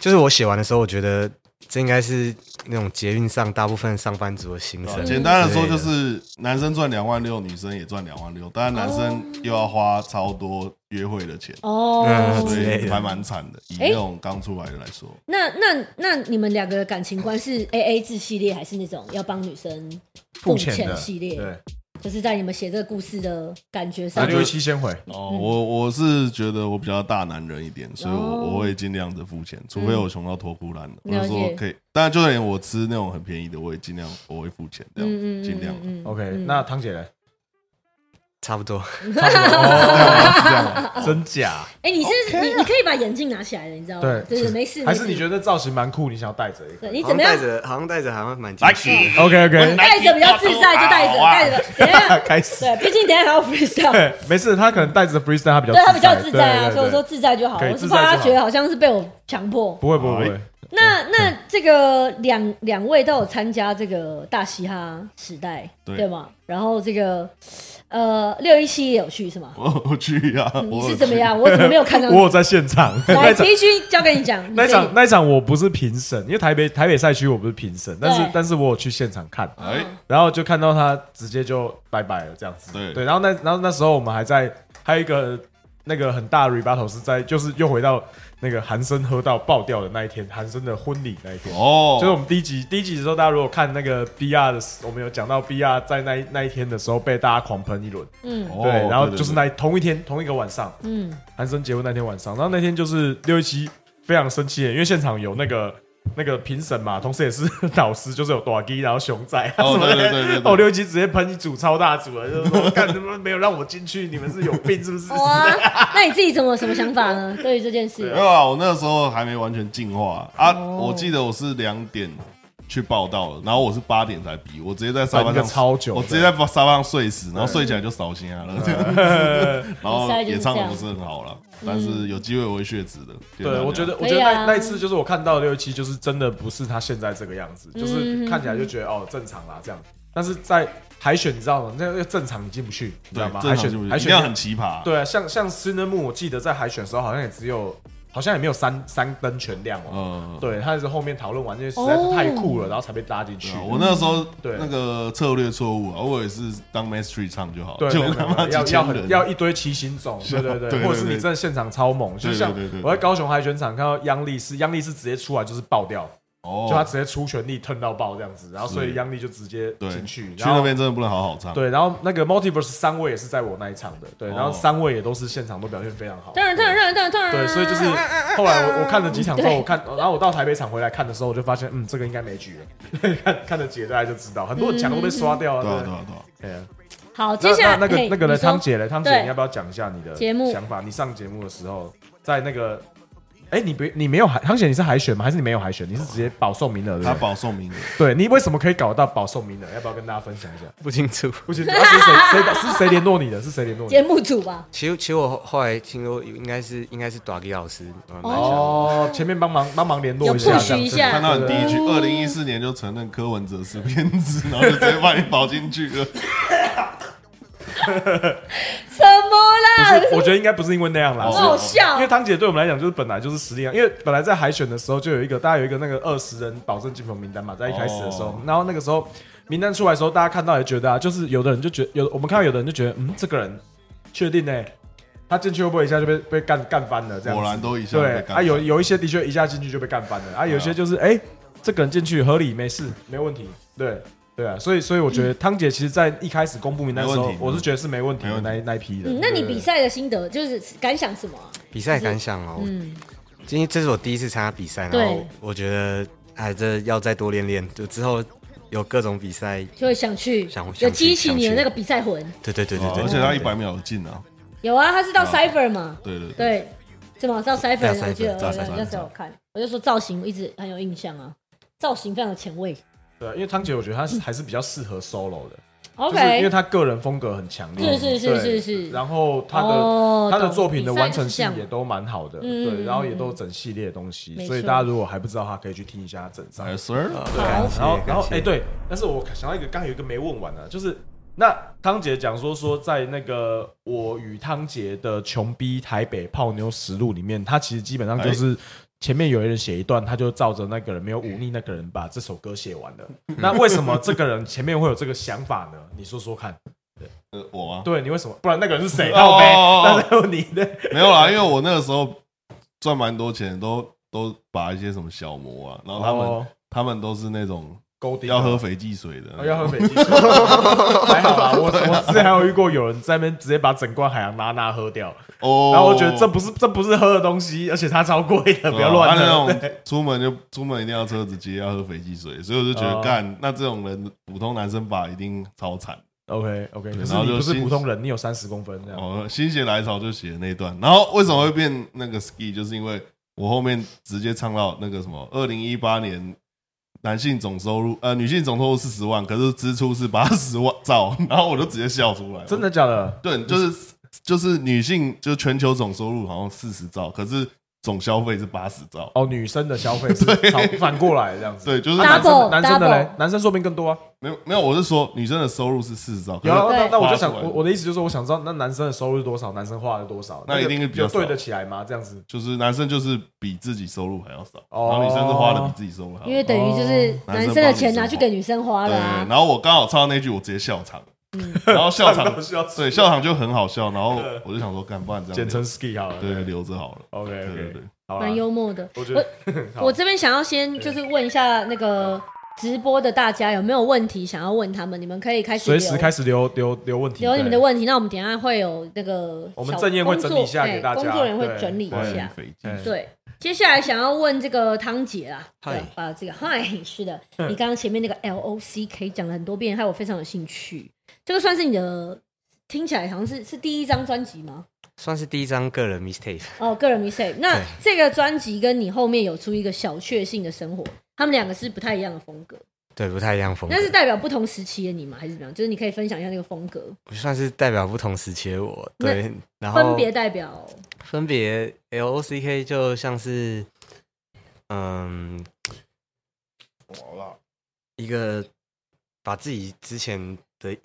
就是我写完的时候，我觉得这应该是那种捷运上大部分上班族的心
对吧
声。
啊简单的
之类
说，就是男生赚两万六，女生也赚两万六，当然男生又要花超多约会的钱，
哦
嗯
所
之类
以
的
还蛮惨的。以
哎
那种刚出来的来说，
那那那你们两个的感情观是 A A 制系列，还是那种要帮女生
付钱
钱
的
系列？
对，
就是在你们写这个故事的感觉
那
上，
六一七先回，
哦，我我是觉得我比较大男人一点，所以我、
嗯哦嗯
我会尽量的付钱，除非我穷到脱裤烂了，我
了
就
解
说可以。当然，就连我吃那种很便宜的，我也尽量我会付钱，这样
嗯嗯嗯
尽量。
嗯嗯
OK，、
嗯
那汤 姐嘞？
差不多，
差不多哦，真假？
哎、你是你
啊
你可以把眼镜拿起来了，你知道吗？
对
哦就是没事，
还是你
得
觉得造型蛮酷，你想要戴着一个
对你
好
怎
像
么样
戴着好像戴着好像蛮
来
惊喜的。
？OK OK，
戴着比较自在，
啊
就戴着戴着，等 一 下
开始。
对，毕竟等一下还要 freestyle。
对，没事，他可能戴着 freestyle，他比较
对他比较自在
对
啊，
对对
所以我说自在就好。
可以
我是
自在就
怕他
好
觉得好像是被我强迫。
不会不会不会
哎，
那那这个两两位都有参加这个大嘻哈时代，
对
对吗？然后这个呃六一七也有去是吗？
我我去呀、啊，
你
我有
是怎么
去？
样？我怎么没有看到 你？
我有在现场那
来
一场。
必须交给你讲。
那一
你
场
可以
那一场我不是评审，因为台北台北赛区我不是评审，但
对
是但是我有去现场看，
哎，
然后就看到他直接就拜拜了这样子。
对
对，然后那然后那时候我们还在还有一个那个很大的 rebuttal 是在就是又回到那个韩生喝到爆掉的那一天，韩生的婚礼那一
嗯
天。
哦，
就是我们第一集第一集的时候，大家如果看那个 BR 的时，我们有讲到 BR 在那一那一天的时候被大家狂喷一轮，
嗯
哦
对，然后
对对
就是
对
那同一天同一个晚上，
嗯
韩生结婚那天晚上，然后那天就是六一七非常生气，因为现场有那个那个评审嘛，同时也是 导师，就是有短基，然后熊仔啊
哦
什么的，
对对对对对
哦六一七直接喷一组超大组了，就是说干他妈没有让我进去，你们是有病是不是？
哇，那你自己怎么什么想 法呢？对于这件事
没，有啊，我那时候还没完全进化啊。
哦
我记得我是两点去报道的，然后我是八点才比，我直接在沙发
等
上
个啊超久
我直接在沙发上睡死，然后睡起来就扫兴 啊了。然后也唱的不是很好了，但是有机会我会血脂的。
对，我觉得，我觉
可以
得
啊
那那一次就是我看到六一七，就是真的不是他现在这个样子，
嗯
就是看起来就觉得哦正常啦这样。但是在海选，你知道吗？那个正常你进不去，你知
对
道吗？
正
海
常是不
选
是
海
一定要
选
很奇葩。
对啊，像像斯内木，我记得在海选的时候好像也只有，好像也没有三三灯全亮哦。
呃，
对，他是后面讨论完，因为实在是太酷了，然后才被拉进去
对啊。我那时候
对
那个策略错误啊，我也是当 m a s t r e 唱就好
对
了，，就
没有
他
没有
妈
没有要
几
要
千
很
人，
要一堆七星种，对对对，
对对
或者是你
对
真的现场超猛，就
对
像
对对对
我在高雄海选场看到央丽是央丽是直接出来就是爆掉，
哦
就他直接出全力吞到爆这样子，然后所以
是
央丽就直接
对
进去，
去
然后
那边真的不能好好唱。
对，然后那个 Multiverse 三位也是在我那一场的，对，然后
哦
三位也都是现场都表现非常好，
当然当然当然当然当然，
对，所以
嗯
就是后来我我看了几场之后，
对
我看，然后我到台北场回来看的时候，我就发现，嗯，这个应该没局了。 对看看了几个大家就知道，很多人墙都被刷掉
对啊
了。
对啊对啊。
对啊。
好，
那
接下来
那那个
嘿
那个
你
呢，
说
汤姐嘞，汤姐，
对
你要不要讲一下你的
节目
想法？你上节目的时候，在那个，哎，你不你没有海汤姐，你是海选吗？还是你没有海选？你是直接保送名额对
他
不对？
啊保送名额，
对你为什么可以搞到保送名额？要不要跟大家分享一 下？
不清楚。
不清楚，啊是谁谁是谁联络你的？是谁联络你
节
的？
目组吧，
其实其实我后后来听说应该是应该是短笛老师，嗯
哦，前面帮忙帮忙联络一下，
有
这
push
样
一
子
下
看到你第 一句，
哦
二零一四年就承认柯文哲是骗子，然后就直接把你保进去了。
什么啦？
不是，我觉得应该不是因为那样啦，
哦
是
好
因
笑
为，汤姐对我们来讲就是本来就是实力啊，因为本来在海选的时候就有一个大家有一个那个二十人保证进棚名单嘛，在一开始的时候，
哦
然后那个时候名单出来的时候，大家看到也觉得啊，就是有的人就觉有我们看到有的人就觉得，嗯，这个人确定呢、他进去会不会一下就被被干干翻了？这样子
果然都一下
对
被干
啊，有
翻
有一些的确一下进去就被干翻了啊，有些就是哎、这个人进去合理没事没问题，对。对啊，所以所以我觉
嗯
得汤姐其实，在一开始公布名单的时
没
候
问，题
我是觉得是没问题的
没问题
那一那一批人
嗯，。那你
对
比赛的心得就是感想什么啊？
比赛感想哦，
嗯，
今天这是我第一次参加比赛，
对
然后我觉得哎，这要再多练练，就之后有各种比赛，
就会想去
想，
有
想去
激起
想
你的
去
那个比赛魂。
对对对对
哦
对，
而且他
对
一百秒进啊，
有啊，他是到
哦
Cipher 嘛，
对对对，
对，是吗？到 Cipher，
到
我记得
Cypher，
我
到
那
Cypher
那时候有看，我就说造型我一直很有印象啊，造型非常的前卫。
对啊，因为汤姐，我觉得她是还是比较适合 solo 的，就是因为
嗯 OK，
她个人风格很强烈，
是是是
对
是是
然后她的
哦
她的
懂
作品的
比赛
完成
是这
性
样
也都蛮好的，
嗯
对，
嗯
然后也都有整系列的东西
没，错
所以大家如果还不知道她，可以去听一下她整张
还。有 Sir，
对感谢
然后然后
感谢
哎对，但是我想到一个，刚刚有一个没问完啊，就是那汤姐讲说说在那个
哎
我与汤姐的穷逼台北泡妞实录里面，她其实基本上就是前面有一人写一段，他就照着那个人没有忤
嗯
逆那个人把这首歌写完了。那为什么这个人前面会有这个想法呢？你说说看。
呃我吗？
对你为什么？不然那个人是谁？
哦
靠背，
哦哦
那只有你的。
没有啦，因为我那个时候赚蛮多钱，都都把一些什么小魔啊，然后他们、
哦
他们都是那种
勾顶
要喝肥剂水的，
哦要喝北极水， 还好啦。我我之前还有遇过有人在那边直接把整罐海洋拉娜喝掉，
哦，
然后我觉得这不是这不是喝的东西，而且它超贵的，
对啊
不要乱
他
喝。
那种出门就出门一定要车子接，要喝肥剂水，所以我就觉得
哦
干，那这种人普通男生吧一定超惨。
OK OK，可是
然后
你
就
不是
心
普通人，你有三十公分这样。
哦，心血来潮就写那一段，然后为什么会变那个 ski，就是因为我后面直接唱到那个什么，二零一八年男性总收入呃女性总收入四十万，可是支出是八十万兆，然后我就直接笑出来，
真的假的？
对，就是就是女性就全球总收入好像四十兆，可是总消费是八十兆，
哦，女生的消费是超反过来这样子。
对，就是
那男生的
Double，
男生的
double
嘞，男生说不定更多啊。
没有没有，我是说女生的收入是四十兆，可
有
是
啊，那
对
那我就想，
花出来
我我的意思就是，我想知道那男生的收入是多少，男生花了多少，
那
个
一定是比较
有
少
对得起来吗？这样子
就是男生就是比自己收入还要少，
哦
然后女生是花的比自己收入还要少
因为等于就是
哦
男生的钱拿去给女生花
对
了，啊
然。后我刚好唱到那句，我直接笑场， 然后笑场
笑死
对笑场就很好笑，然后我就想说，干不然这样
简称 ski 好了。
对留着好了，
，OK
对对
OK，
对，
好啦
蛮幽默的。
我觉得好
我这边想要先就是问一下那个直播的大家有没有问题想要问他们，你们可以开始
随
留
时开始留留留问题，
留你们的
对
问题。那我们等一下会有那个
我们
小
正业会
工作
整理一下给
哎
大家
工作人员
对
会整理一
花很
下。
肥
对
劲，
对，接下来想要问这个汤姐啦，
嗨嗯
对，把这个嗨 是的，你刚刚前面那个 L O C K 讲了很多遍，害我非常有兴趣。这个算是你的，听起来好像是是第一张专辑吗？
算是第一张个人 mistake。
哦，个人迷 i 那
对
这个专辑跟你后面有出一个小确幸的生活，他们两个是不太一样的风格，
对，不太一样风格
那，是代表不同时期的你吗？还是怎么样？就是你可以分享一下那个风格，
算是代表不同时期的我。
那
对，然后
分别代表
分别 L O C K 就像是，嗯，
好啦，
一个把自己之前的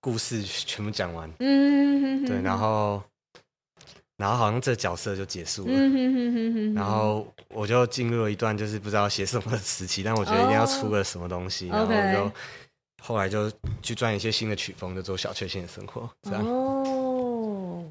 故事全部讲完，
嗯，
对，然后，然后好像这角色就结束了，
嗯哼哼哼哼，
然后我就进入了一段就是不知道写什么的时期，但我觉得一定要出个什么东西，
哦
然后我
OK
就后来就去赚一些新的曲风，就做小确幸的生活，这样。
哦，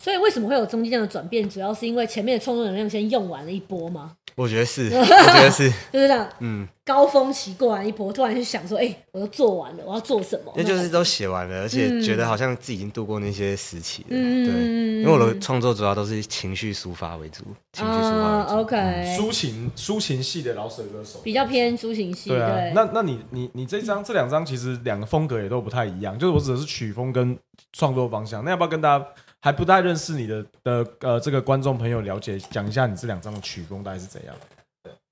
所以为什么会有中间这样的转变？主要是因为前面的创作能量先用完了一波吗？
我觉得是，我觉得是，
就是这样
嗯，
高峰期过完一波，突然就想说，哎、我都做完了，我要做什么？
因为就是都写完了，而且觉得
嗯
好像自己已经度过那些时期了，
嗯
对。因为我的创作主要都是情绪抒发为主，情绪抒发为
啊
主。
，OK，
嗯
抒情抒情系的老舍歌手，
比较偏抒情系，
对
对,、
啊。那那你你你这张这两张其实两个风格也都不太一样，就是我指的是曲风跟创作方向。那要不要跟大家还不太认识你的的呃这个观众朋友了解讲一下你这两张的曲风大概是怎样？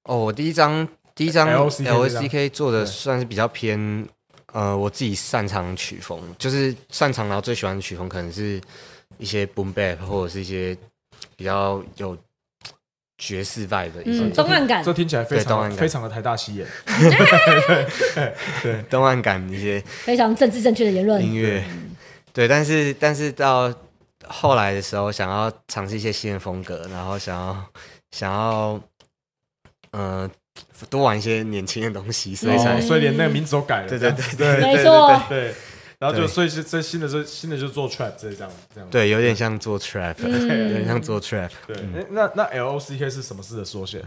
哦，我第一张第一张
LCK 这张
LCK 做
对
的算是比较偏呃我自己擅长的曲风，就是擅长然后最喜欢的曲风可能是一些 boom bap 或者是一些比较有爵士派的一些
嗯，东岸感
这听起来非
对当
常
然
非常的台大西眼，
东岸感一些
非常政治正确的言
嗯
论，
音乐，对，但是但是到后来的时候，想要尝试一些新的风格，然后想要想要呃多玩一些年轻的东西，所以才、
哦所以连那个名字都改了，
对
这
对
样
对
子
对
对
没
对
错
对
对。然后就
对
所以是这新的这新的就做 trap 这张这样子
对，嗯有点像做 trap，、有
嗯
点像做 trap。
对。诶那那 L O C K 是什么字的缩写？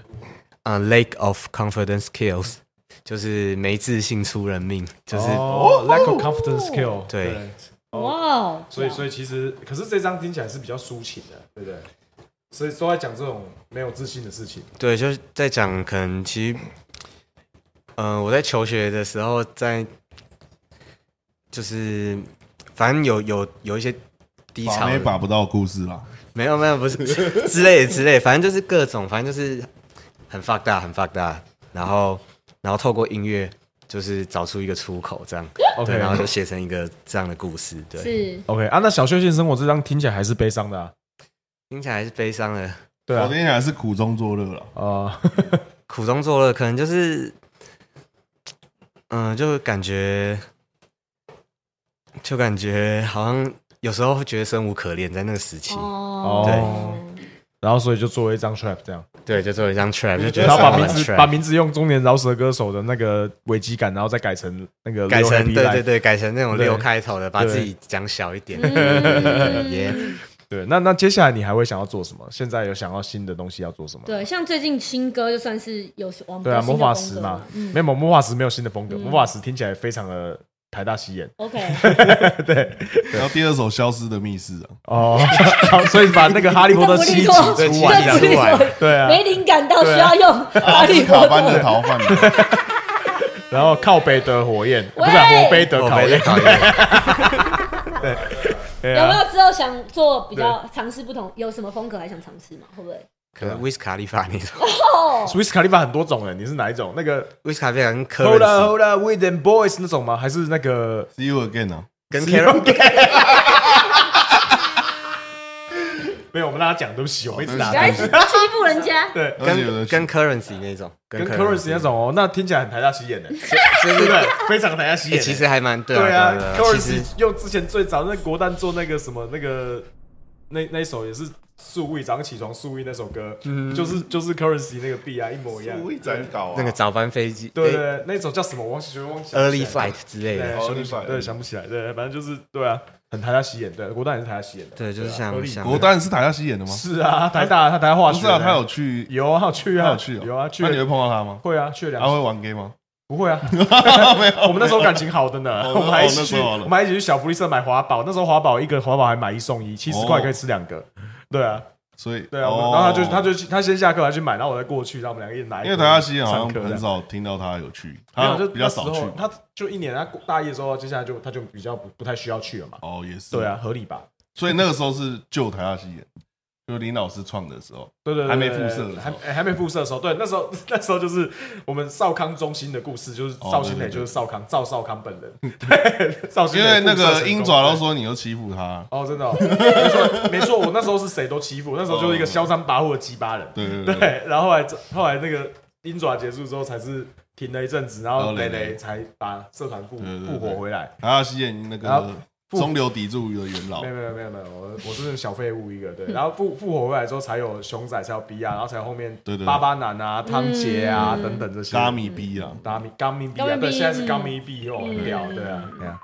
啊、l a k e of confidence kills，就是没自信出人命，就是、
哦，lack of confidence skill。
对
哇哦，
所以，所以其实，可是这张听起来是比较抒情的，对不对？所以都在讲这种没有自信的事情。
对，就是在讲可能其实，嗯、我在求学的时候在，就是反正有有有一些低
把
潮
妹
的，
把不到故事啦，
没有没有不是之类的之类的，反正就是各种，反正就是很 fuck 大很 fuck 大，然后然后透过音乐就是找出一个出口这样。对，
啊
然后就写成一个这样的故事，对，
是
OK 啊，那小确幸生活这张听起来还是悲伤的啊。
听起来是悲伤的，
对
我
啊
听，起来是苦中作乐啦。
啊，
苦中作乐，可能就是，嗯、就感觉，就感觉好像有时候会觉得生无可恋，在那个时期，
哦，
然后所以就做了一张 trap 这样，
对，就做一张 trap，就觉得
然后把
上
名
网
字
trap
把名字用中年饶舌歌手的那个危机感，然后再改成那个
改
Lil
成
Happy
对
Life
对对，改成那种
对
六开头的，把
对
自己讲小一点。
嗯
耶，
对。那那接下来你还会想要做什么？现在有想要新的东西要做什么？
对，像最近新歌就算是有往
对啊，
新
魔
的
法
风
石
格
嘛，
嗯
没有魔法石没有新的风格，魔法石听起来非常的台大西眼
，OK，
然后第二首《消失的密室》啊，
哦， 好所以把那个哈利波特
邓布
七
利
集
多
出完
这
了
样
邓布利
出完
多
对啊，
没灵感到需要用哈利波
卡班的
特，
逃犯，啊
然后靠杯得火焰，不
喂
是啊火杯得
我
考
哦 被
验
这，考验，
对
有没
啊，
有之后想做比较尝试不同，有什么风格还想尝试吗？会不 会？
可 能威斯卡利法那种，
哦，
Swiss 卡利法很多种诶，你是哪一种？那个
威斯卡利法跟
Hold on,
科
hold on, we them boys 那种吗？还是那个
See you again 啊，
跟 Carol
没有？我们让他讲，对不起，我们一直打
不
对
断，
要一直欺负人 家
对，
而且有
跟
的
跟 Currency 那种，
跟
Currency
Currency 那，种哦，那听起来很台大西眼的，
就
对
是
不对？非常台大西
欸
眼欸。
其实还蛮对
对啊
啊，对啊其实
，Currency 用之前最早那国蛋做那个什么那个那那一首也是素位早上起床素位那首歌，
嗯
就是就是 Currency 那个 B 啊，一模一样。
我一直在搞啊
那个早班飞机，
对啊对对，那首叫什么？我忘记，忘记。
，Early Flight 之类
对，
的，
想不起
Early
来，
Flight
对，想不起来，对，反正就是对啊，很台大西眼，对，国蛋也是台大西眼的。
对，就是
合
像
理
像
国蛋是塔下西演的吗？
是啊，台大他台大化
不
学
是
的，
啊，他有去，
有啊，他有去啊，
他有去哦，
有啊，去
那你
了
会碰到他吗？
会啊，去了
他
两
会
次，
玩 gay 吗？
不会啊， 我们那时候感情好的呢，
哦
我们还一起
那
去，
时候好了
我们还一起去小福利社买华宝，那时候华宝一个华宝还买一送一，七十
哦
块可以吃两个，对啊，
所以
对啊，我们
哦
然后他就他就去他先下课还去买，然后我再过去，然后我们两个一起拿一个，
因为台下西演好
上
像
课这
很
样。
少听到他有去，
没
啊他
有，就
比较
那
少
时
去
候。他就一年，他大一的时候，接下来就他就比较不不太需要去了嘛。
哦，也是
对，啊，合理吧？
所以那个时候是旧台下西演，就林老师创的时候，
对对对，
还没
对对
复社的时候
还哎还没辐射的时候，对，那时候 那时候就是我们少康中心的故事，就是
哦
赵新
对
磊
对对
就是少康赵少康本 人，对，赵新
因
磊
为那
辐射成
个
功
鹰爪都说你又欺负他，
哦，真的、哦，没错没错，我那时候是谁都欺负，我那时候就是一个嚣张跋扈的鸡巴人，
对哦对对
对，然后后来这后来那个鹰爪结束之后才是停了一阵子，然后
哦
磊
磊
磊
磊
才把社团复
对对对
复活回来。
台下西演那
然后
个
复
中流砥柱的元老
没有没有没有没有，我我是小废物一个，
嗯
对。然后复复活回来之后，才有熊仔，才有 B 啊，然后才有后面
对对对
巴巴男啊、汤杰啊
嗯
等等这些。
嘎米逼啊，
达米高明币啊，
高明
对，
币
现在是高明币哦，
嗯
很屌，对啊，对啊，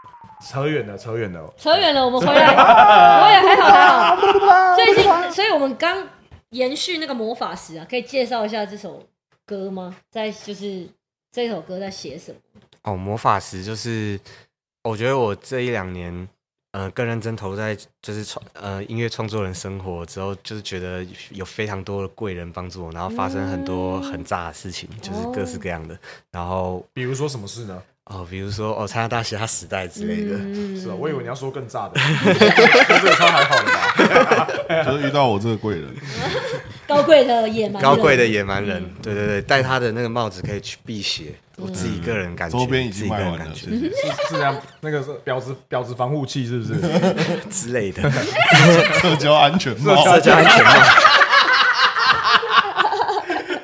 扯远了，扯远了。
扯远了，我们回来，我也还好还好。最近，所以我们刚延续那个魔法石啊，可以介绍一下这首歌吗？在就是这首歌在写什么？
哦，魔法石就是，我觉得我这一两年，呃，更认真投入在就是创呃音乐创作人生活之后，就是觉得有非常多的贵人帮助我，然后发生很多很炸的事情，就是各式各样的。然后
比如说什么事呢？
哦，比如说哦，参加大嘻哈时代之类的，
嗯
是啊，我以为你要说更炸的， 这个超还好的吧？
就是遇到我这个贵人，
高贵的野蛮人，
高贵的野蛮人，对对对，戴他的那个帽子可以去辟邪。我自己个人感觉，
周边已经
自己个
卖
人
完
感
了，
觉
谢谢。
是是这样，那个是婊子婊子防护器是不是？
之 类的，
社交安全帽，
社交安全帽。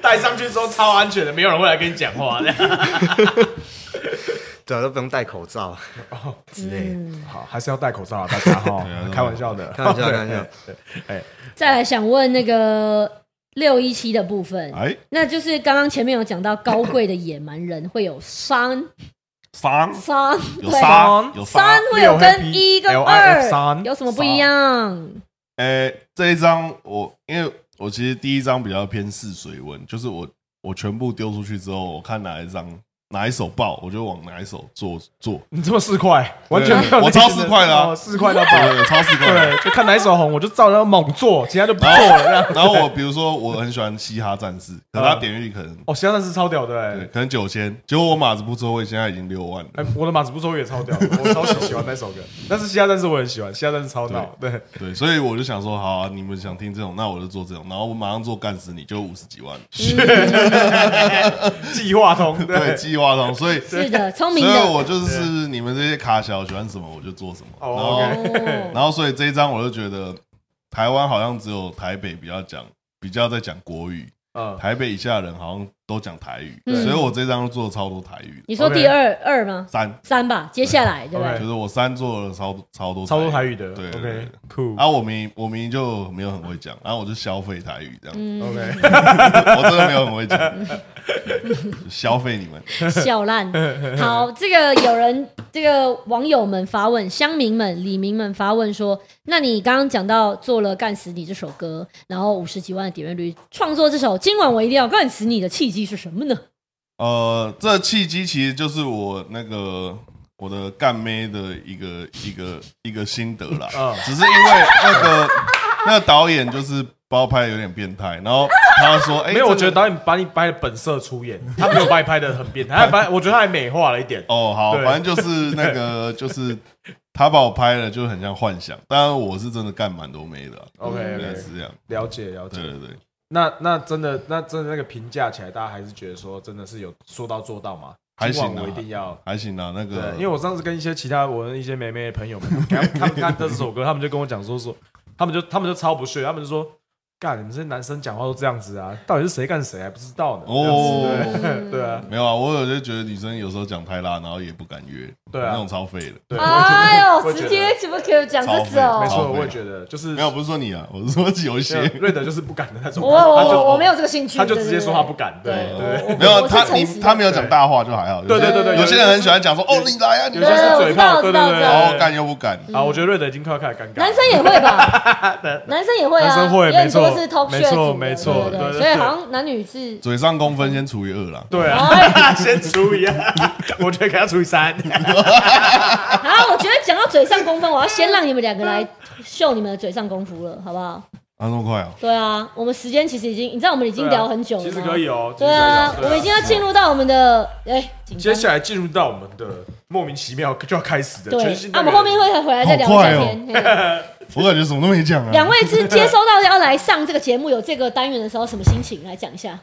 戴上去之后超安全的，没有人会来跟你讲话的。
对啊，都不用戴口罩 之类的。
好，还是要戴口罩啊，大家哈
对啊，
开玩笑的，
开玩笑开玩笑
对。
再来想问那个六一七的部分，
哎，
那就是刚刚前面有讲到高贵的野蛮人会有三
三
三
有
对
沙有沙
三，会有跟一跟二
LIF 三
有什么不一样？
哎，这一张我因为我其实第一张比较偏试水温，就是我我全部丢出去之后，我看哪一张哪一手爆，我就往哪一手做做。
你这么四块，完全没有
对我超四块的啊
哦四块到爆。
对，超市怪的。
对，就看哪一手红，我就照着猛做，其他就不做了这样。
然后我比如说我很喜欢嘻哈战士，可他点阅率可能
哦，西安战士超屌的
对
欸，
可能九千，结果我马子不错位现在已经六万了。
哎，我的马子不抽也超屌，我超喜喜欢那首歌。但是西安战士我很喜欢，西安战士超闹，对，
对，所以我就想说，好、啊，你们想听这种，那我就做这种，然后我马上做干死你，就五十几万，
嗯计划通，
对，
对，
计划通，所以所
是的，聪明
以
的。哦
我就是你们这些卡小喜欢什么我就做什么，然
哦
后
OK
哦，
然后所以这一张我就觉得台湾好像只有台北比较讲比较在讲国语，
嗯，
台北以下的人好像都讲台语，
嗯
所以我这张做了超多台语的。
你说
OK
第二二吗？
三
三吧，接下来对不
OK
对？
就是我三做了超超多
超多台
语，
语的
对对对
，OK，酷
啊，我明我明明就没有很会讲，然后我就消费台语这样，
嗯，
，OK，
我真的没有很会讲，消费你们。
笑烂。好，这个有人，这个网友们发问，乡民们、李民们发问说：“那你刚刚讲到做了《干死你》这首歌，然后五十几万的点阅率，创作这首《今晚我一定要干死你》的契机是什么呢
呃，这契机其实就是我那个我的干妹的一个一个一个心得啦，
嗯
只是因为那个那个导演就是包拍有点变态，然后他说，哎、
没有，我觉
这个
得导演把你把你的本色出演，他没有把你拍的很变态，他把我觉得他还美化了一点。
哦，好，
对
反正就是那 个就是他把我拍了，就很像幻想，当然我是真的干蛮多妹的啊、
OK，
应
OK，
该是这样，
了解了
对
解。
对对，
那那真的那真的那个评价起来，大家还是觉得说真的是有说到做到嘛？
还行啊
今晚我一定要。
还行啊，那
对
个，
因为我上次跟一些其他我的一些妹妹朋友们，给他们他们看这首歌，他们就跟我讲说说，他们就他们就超不屑，他们就说，干你们这些男生讲话都这样子啊，到底是谁干谁还不知道呢？这
哦
样子对对啊，
没有啊，我有就觉得女生有时候讲太辣，然后也不敢约，
对啊
那种超废的。？”
对，
哎
我
呦，
觉得
直接怎么可以讲这哦
超
没
种？
错，我也觉得就是
没有，不是说你啊，我是说有一些
没有瑞德就是不敢的那种，
我
他
我
就
我我没有这个兴趣，
他就
对
直接说他不。敢，对
对
对。
我
没有啊
我是
他
诚
你
实的
他没有讲大话就还好。
对对对对，
有些人很喜
欢，
欢讲说哦你来啊，你
有
来
些
啊，
是嘴炮，对对对，
然后干又不敢。
啊，我觉得瑞德已经快要开始尴尬。
男生也会吧， 男生也会啊，
男生会
因为很多
没错
是 top
没
share
错
组的
没错
对
对对
对
对
对，所以好像男女是
嘴上公分先除以二啦，
对啊，
哎
先除以二，我觉得给他除以 三。
好，我觉得讲到嘴上功夫，我要先让你们两个来秀你们的嘴上功夫了，好不好？
啊那么快啊，
对啊，我们时间其实已经，你知道我们已经聊很久了，
其实可以。哦。
对啊，我们已经要进入到我们的哎，紧
接
张
下来进入到我们的莫名其妙就要开始的哦
对
全新，单
啊，我
元。
们后面会回来再聊一下天。嘿
我感觉什么都没讲啊。
两位是接收到要来上这个节目有这个单元的时候，什么心情？来讲一下。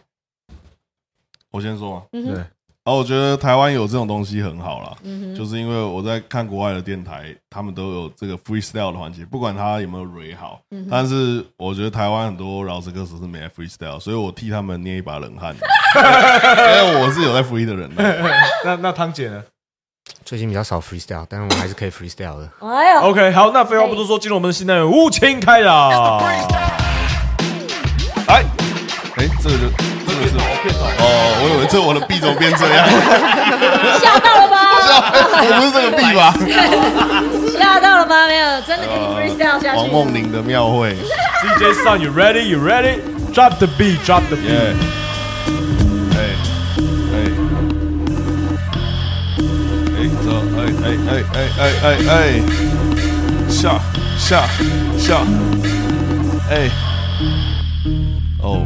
我先说嘛，
嗯
对
哼，
然后我觉得台湾有这种东西很好啦，
嗯哼，
就是因为我在看国外的电台，他们都有这个 freestyle 的环节，不管他有没有 re 好，
嗯哼，
但是我觉得台湾很多饶舌歌手是没在 freestyle，所以我替他们捏一把冷 汗，因为我是有在 free 的人啊。
那那汤姐呢
最近比较少 freestyle，但是我还是可以 freestyle 的。
哎呦，
？OK，好，那废话不多说，进入我们的新单元无情开朗。
哎，哎，这个就这个是哦，我以为这我的币怎么变这样？
吓到了 吧？
我不是这个币吧？
吓到了吧？没有，真的可以 freestyle 下去。
王梦玲的庙会，
DJ Sun，you ready？You ready？Drop the beat，drop the beat。
耶！哎哎哎，走，哎哎哎哎哎哎哎，下下下，哎。哦，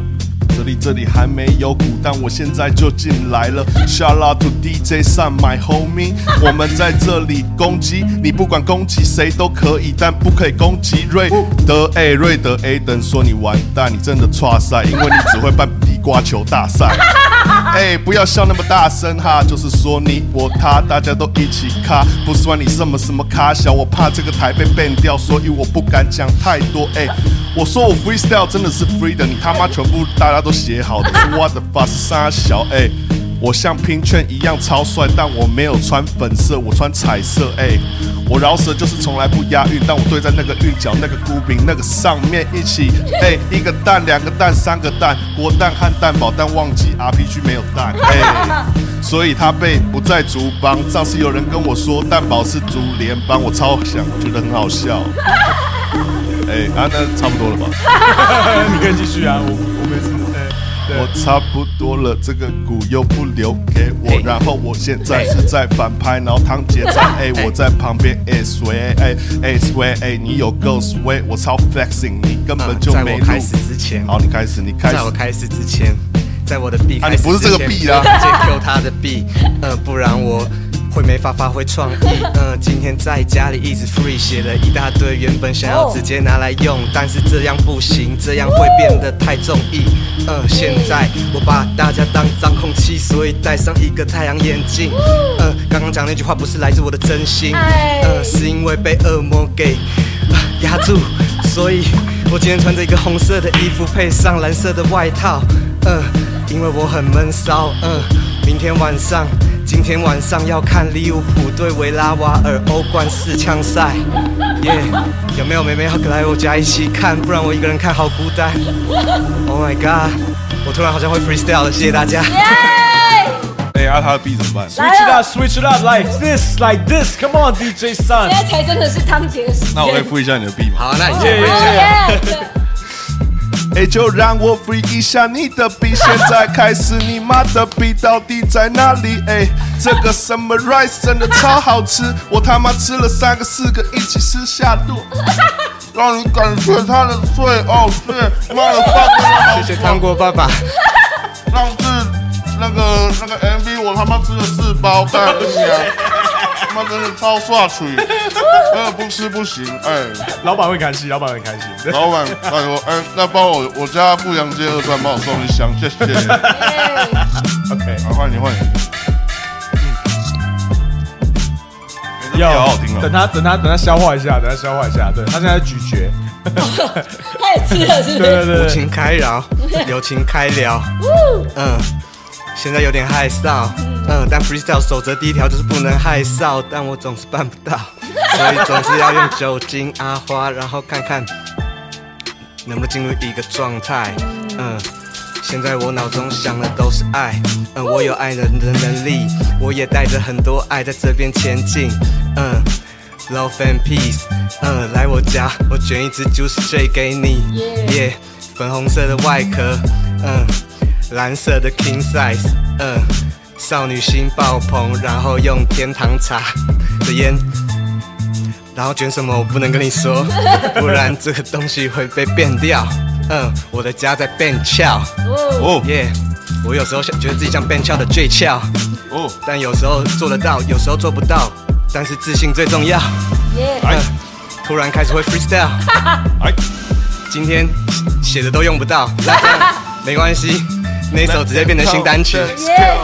这里这里还没有鼓，但我现在就进来了。Shout out to DJ Sun, my homie，我们在这里攻击你，不管攻击谁都可以，但不可以攻击瑞德。哎，瑞德 A 等说你完蛋，你真的差赛，因为你只会办地瓜球大赛。哎，不要笑那么大声哈，就是说你我他，大家都一起咖，不算你什么什么咖小，我怕这个台被 ban 掉，所以我不敢讲太多。哎，我说我 freestyle 真的是 free 的，你他妈全部大家都写好的， 是 what the fuck 是沙小哎。我像拼券一样超帅，但我没有穿粉色，我穿彩色。哎，我饶舌就是从来不押韵，但我对在那个韵脚、那个孤饼、那个上面一起。哎，一个蛋、两个蛋、三个蛋，国蛋和蛋堡蛋忘记 RPG 没有蛋。哎，所以他被不在竹帮。上次有人跟我说蛋堡是竹联帮，我超想觉得很好笑。哎，啊，那差不多了吧？
你可以继续啊，我我没事。对
我差不多了，这个鼓又不留给我，然后我现在是在反拍，然后堂姐 在哎，我在旁边哎sway 哎哎 sway 哎，你有够 sway，我超 flexing，你根本就
啊嗯在
没
我
录。
开始之前，
好，你开始，你开始
在我。开始之前，在我的 B
啊
开始之前，
你不是这个 B 啊
先 Q 他的 B，嗯， 不然我会没法发挥创意。嗯，今天在家里一直 free 写了一大堆，原本想要直接拿来用，但是这样不行，这样会变得太中意。嗯，现在我把大家当脏空气，所以戴上一个太阳眼镜。嗯，刚刚讲那句话不是来自我的真心，
哎
呃
嗯，是因为被恶魔给。啊压住，所以
我今天穿着一个红色的衣服，配上蓝色的外套，嗯、因为我很闷骚，嗯、明天晚上，今天晚上要看利物浦对维拉瓦尔欧冠四强赛，耶、有没有妹妹要来我家一起看？不然我一个人看好孤单。Oh my god，我突然好像会 freestyle 了，谢谢大家。
哎、啊，他的 B 怎么办？
Switch it up, switch it up like this, like this. Come on, DJ Sun.
现在才真的是汤 姐的哦时
那我来
间。
复一下你的 B 嘛。
好，那
哦
你先
Yeah,
回
yeah,
去
yeah.。
哎、就让我 free 一下你的 B，现在开始你妈的 B 到底在哪里？哎、这个 summer rice 真的超好吃，我他妈吃了三个四个一起吃下肚，让你感觉它的脆哦，对，妈的放
谢谢糖果爸爸。
让自那个那个 MV 我他妈吃了四包，干不行，他妈真的超刷 嘴，真的不吃不行，哎、
老板会开心，老板会开心。
老板，拜托，哎、那帮我我家富阳街二段帮我送一箱，谢谢。
OK，
好，换你换你。嗯，
要
好好听
等
哦。
他等他等他消化一下，等他消化一 下。对他现在在咀嚼。
他也吃了，是不
对对
是？
对
无
对，
情开饶，友情开聊。嗯，现在有点害臊。嗯，但 freestyle 守则第一条就是不能害臊，但我总是办不 到，所以总是要用酒精阿花，然后看看能不能进入一个状态。嗯。现在我脑中想的都是爱，嗯，我有爱人的能力，我也带着很多爱在这边前进，嗯，love and peace，嗯，来我家，我卷一支 Juice J 给你，耶、粉红色的外壳，嗯，蓝色的 King size，嗯，少女心爆棚，然后用天堂茶的烟。然后卷什么我不能跟你说，不然这个东西会被变掉。嗯，我的家在变翘。
哦
耶、我有时候想觉得自己像 Ben 翘的最翘，
哦，
但有时候做得到，有时候做不到，但是自信最重要。
耶
嗯，突然开始会 freestyle，
哎，
今天写的都用不到，那这样没关系，那一首直接变成新 单曲。
耶！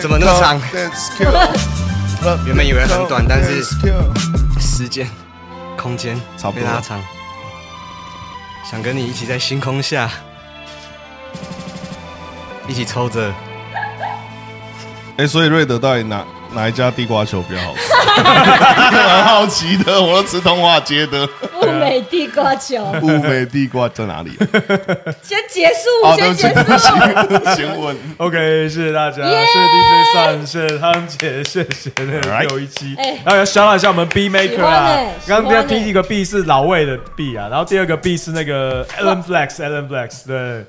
怎么那么长 原本以为很短，但是时间、空间
差不
被
多了
拉长，想跟你一起在星空下，一起抽着。
哎，所以瑞德到底哪哪一家地瓜球比较 好吃？蛮好奇的，我都吃通化街的
物美地瓜球，
物美地瓜在哪 里？
先结束，
哦，
先
对不起，
结
对不
束。
起，先问。
OK，谢谢大家，谢谢 DJ 上，谢谢汤姐，谢谢那个
Alright
六一七
哎，
然后要小览一下我们 B Maker
喜欢
啊
欸，
刚
喜
刚
欢欸
第一个 B 是老魏的 B 啊，然后第二个 B 是那个 Alan Flex，Alan Flex，对，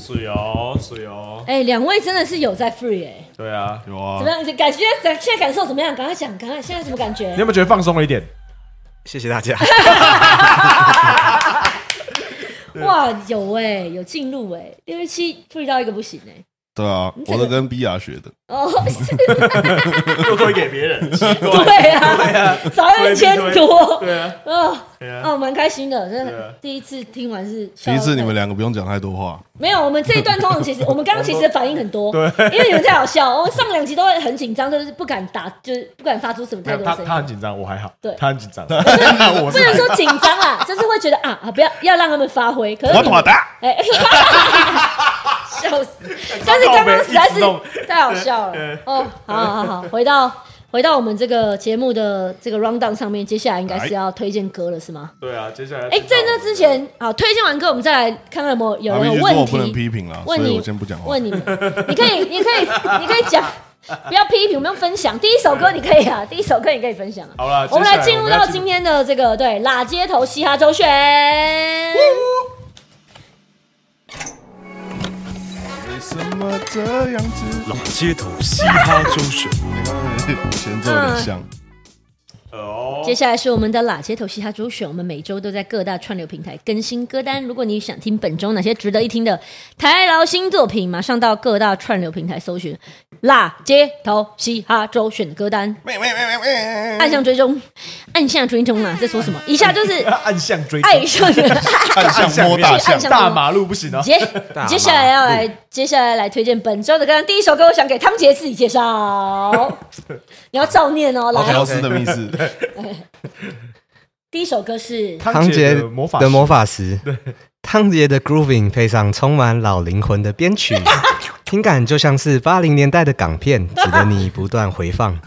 水哦，水哦，
哎，两位真的是有在 free 哎、
对啊，
有啊
怎么，样？感觉现在感受怎么样？赶快讲，赶快现在什么感觉
你？有没有觉得放松了一点？
谢谢大家。
哇，有哎、有进入哎、六一七 free 到一个不行哎、
对啊，我都跟 B 亚学的。
哦，是
又推给别 人，奇怪，
对啊，少一千多，
对啊，
哦
对啊
哦，蛮开心的，真
对啊
的，第一次听完是笑到
第一次你们
累
两个不用讲太多话，
没有，我们这一段通 常其实我们刚刚其实反应很多，对，因为你们太好笑，我们上两集都会很紧张，就是不敢打，就是不敢发出什么
没
太
有
多
啊他
声音
他。很紧张，我还好，
对
他很紧 张，我
不
是
能说紧张啦，就是会觉得啊 啊，不要要让他们发挥。可是
我
你
妥
们
当。
哎， 笑死！
哎
但是刚刚实在是太好笑了。哦，好好好，好，回到回到我们这个节目的这个 round down 上面，接下来应该是要推荐歌了，是吗？
对啊，接下来
哎，在那之前，好，推荐完歌，我们再来看看有没有有
他
没
必
有
须说
问
我不能批
题。
评了，所
问
以
你
我先不讲话。
问你们，你可以，你可以，你可以讲，不要批评，不用分享。第一首歌你可以啊，第一首歌你可以分享啊。
好了，
我们来
接
进
下
入
要
到今天的这个对拉街头嘻哈周选。
为什么这样 子？
老街头嘻哈周旋，
前奏有点像。
哦，
接下来是我们的拉街头嘻哈周选，我们每周都在各大串流平台更新歌单。如果你想听本周哪些值得一听的台劳新作品，马上到各大串流平台搜寻“拉街头嘻哈周选”歌单，
喂喂喂喂喂
按下追踪，按下追踪啊，在说什么？一下 就是
暗巷追踪，
爱上人。
暗巷摸大象
去，
大马路不行啊，
接
大
接下来要
嗯
来，接下来来推荐本周的歌单。第一首歌，我想给汤杰自己 介绍，你要照念哦，
好
来，
乔斯的密室，
第一首歌是
汤姐的
汤姐
魔法
的魔
法，
法石，汤杰的 grooving 配上充满老灵魂的编 曲，听感就像是八零年代的港片，值得你不断回 放。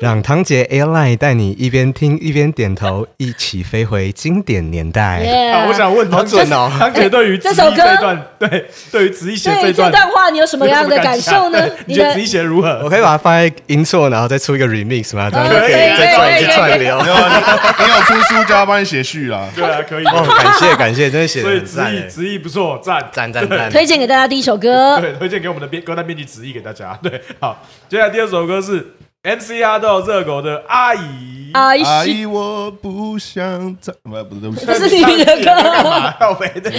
让汤杰 Airline 带你一边听一边点头，一起飞回经典年代。
啊
耶
我想问
好
汤姐
准哦
汤姐对于
呃这
子
首
怡
歌
这一段，对，对于子怡写
对
一段
这段话你有什么样的感受呢
有什么感？
你
你觉得
的
子怡写得如
我
何？
可以把它放在音错，然后再出一个 remix 吗？这样就
可
可
以
以再
可以
串一
可以
些串流
你。有啊你 有出书，叫他帮你写序啦。
对啊，可以。
哦，感谢感谢，真的写的
所以
很
子
赞
怡
欸，
子怡不错，赞
赞赞赞。
推荐给大家第一首 歌，
对，推荐给我们的编歌单编辑旨意给大家。对，好，接下来第二首歌是 MC 哈豆热狗的《阿姨》。
阿姨
阿姨，哎我不想再……不，不是，对不起，
这是你的
干
歌。
嘛要飞的？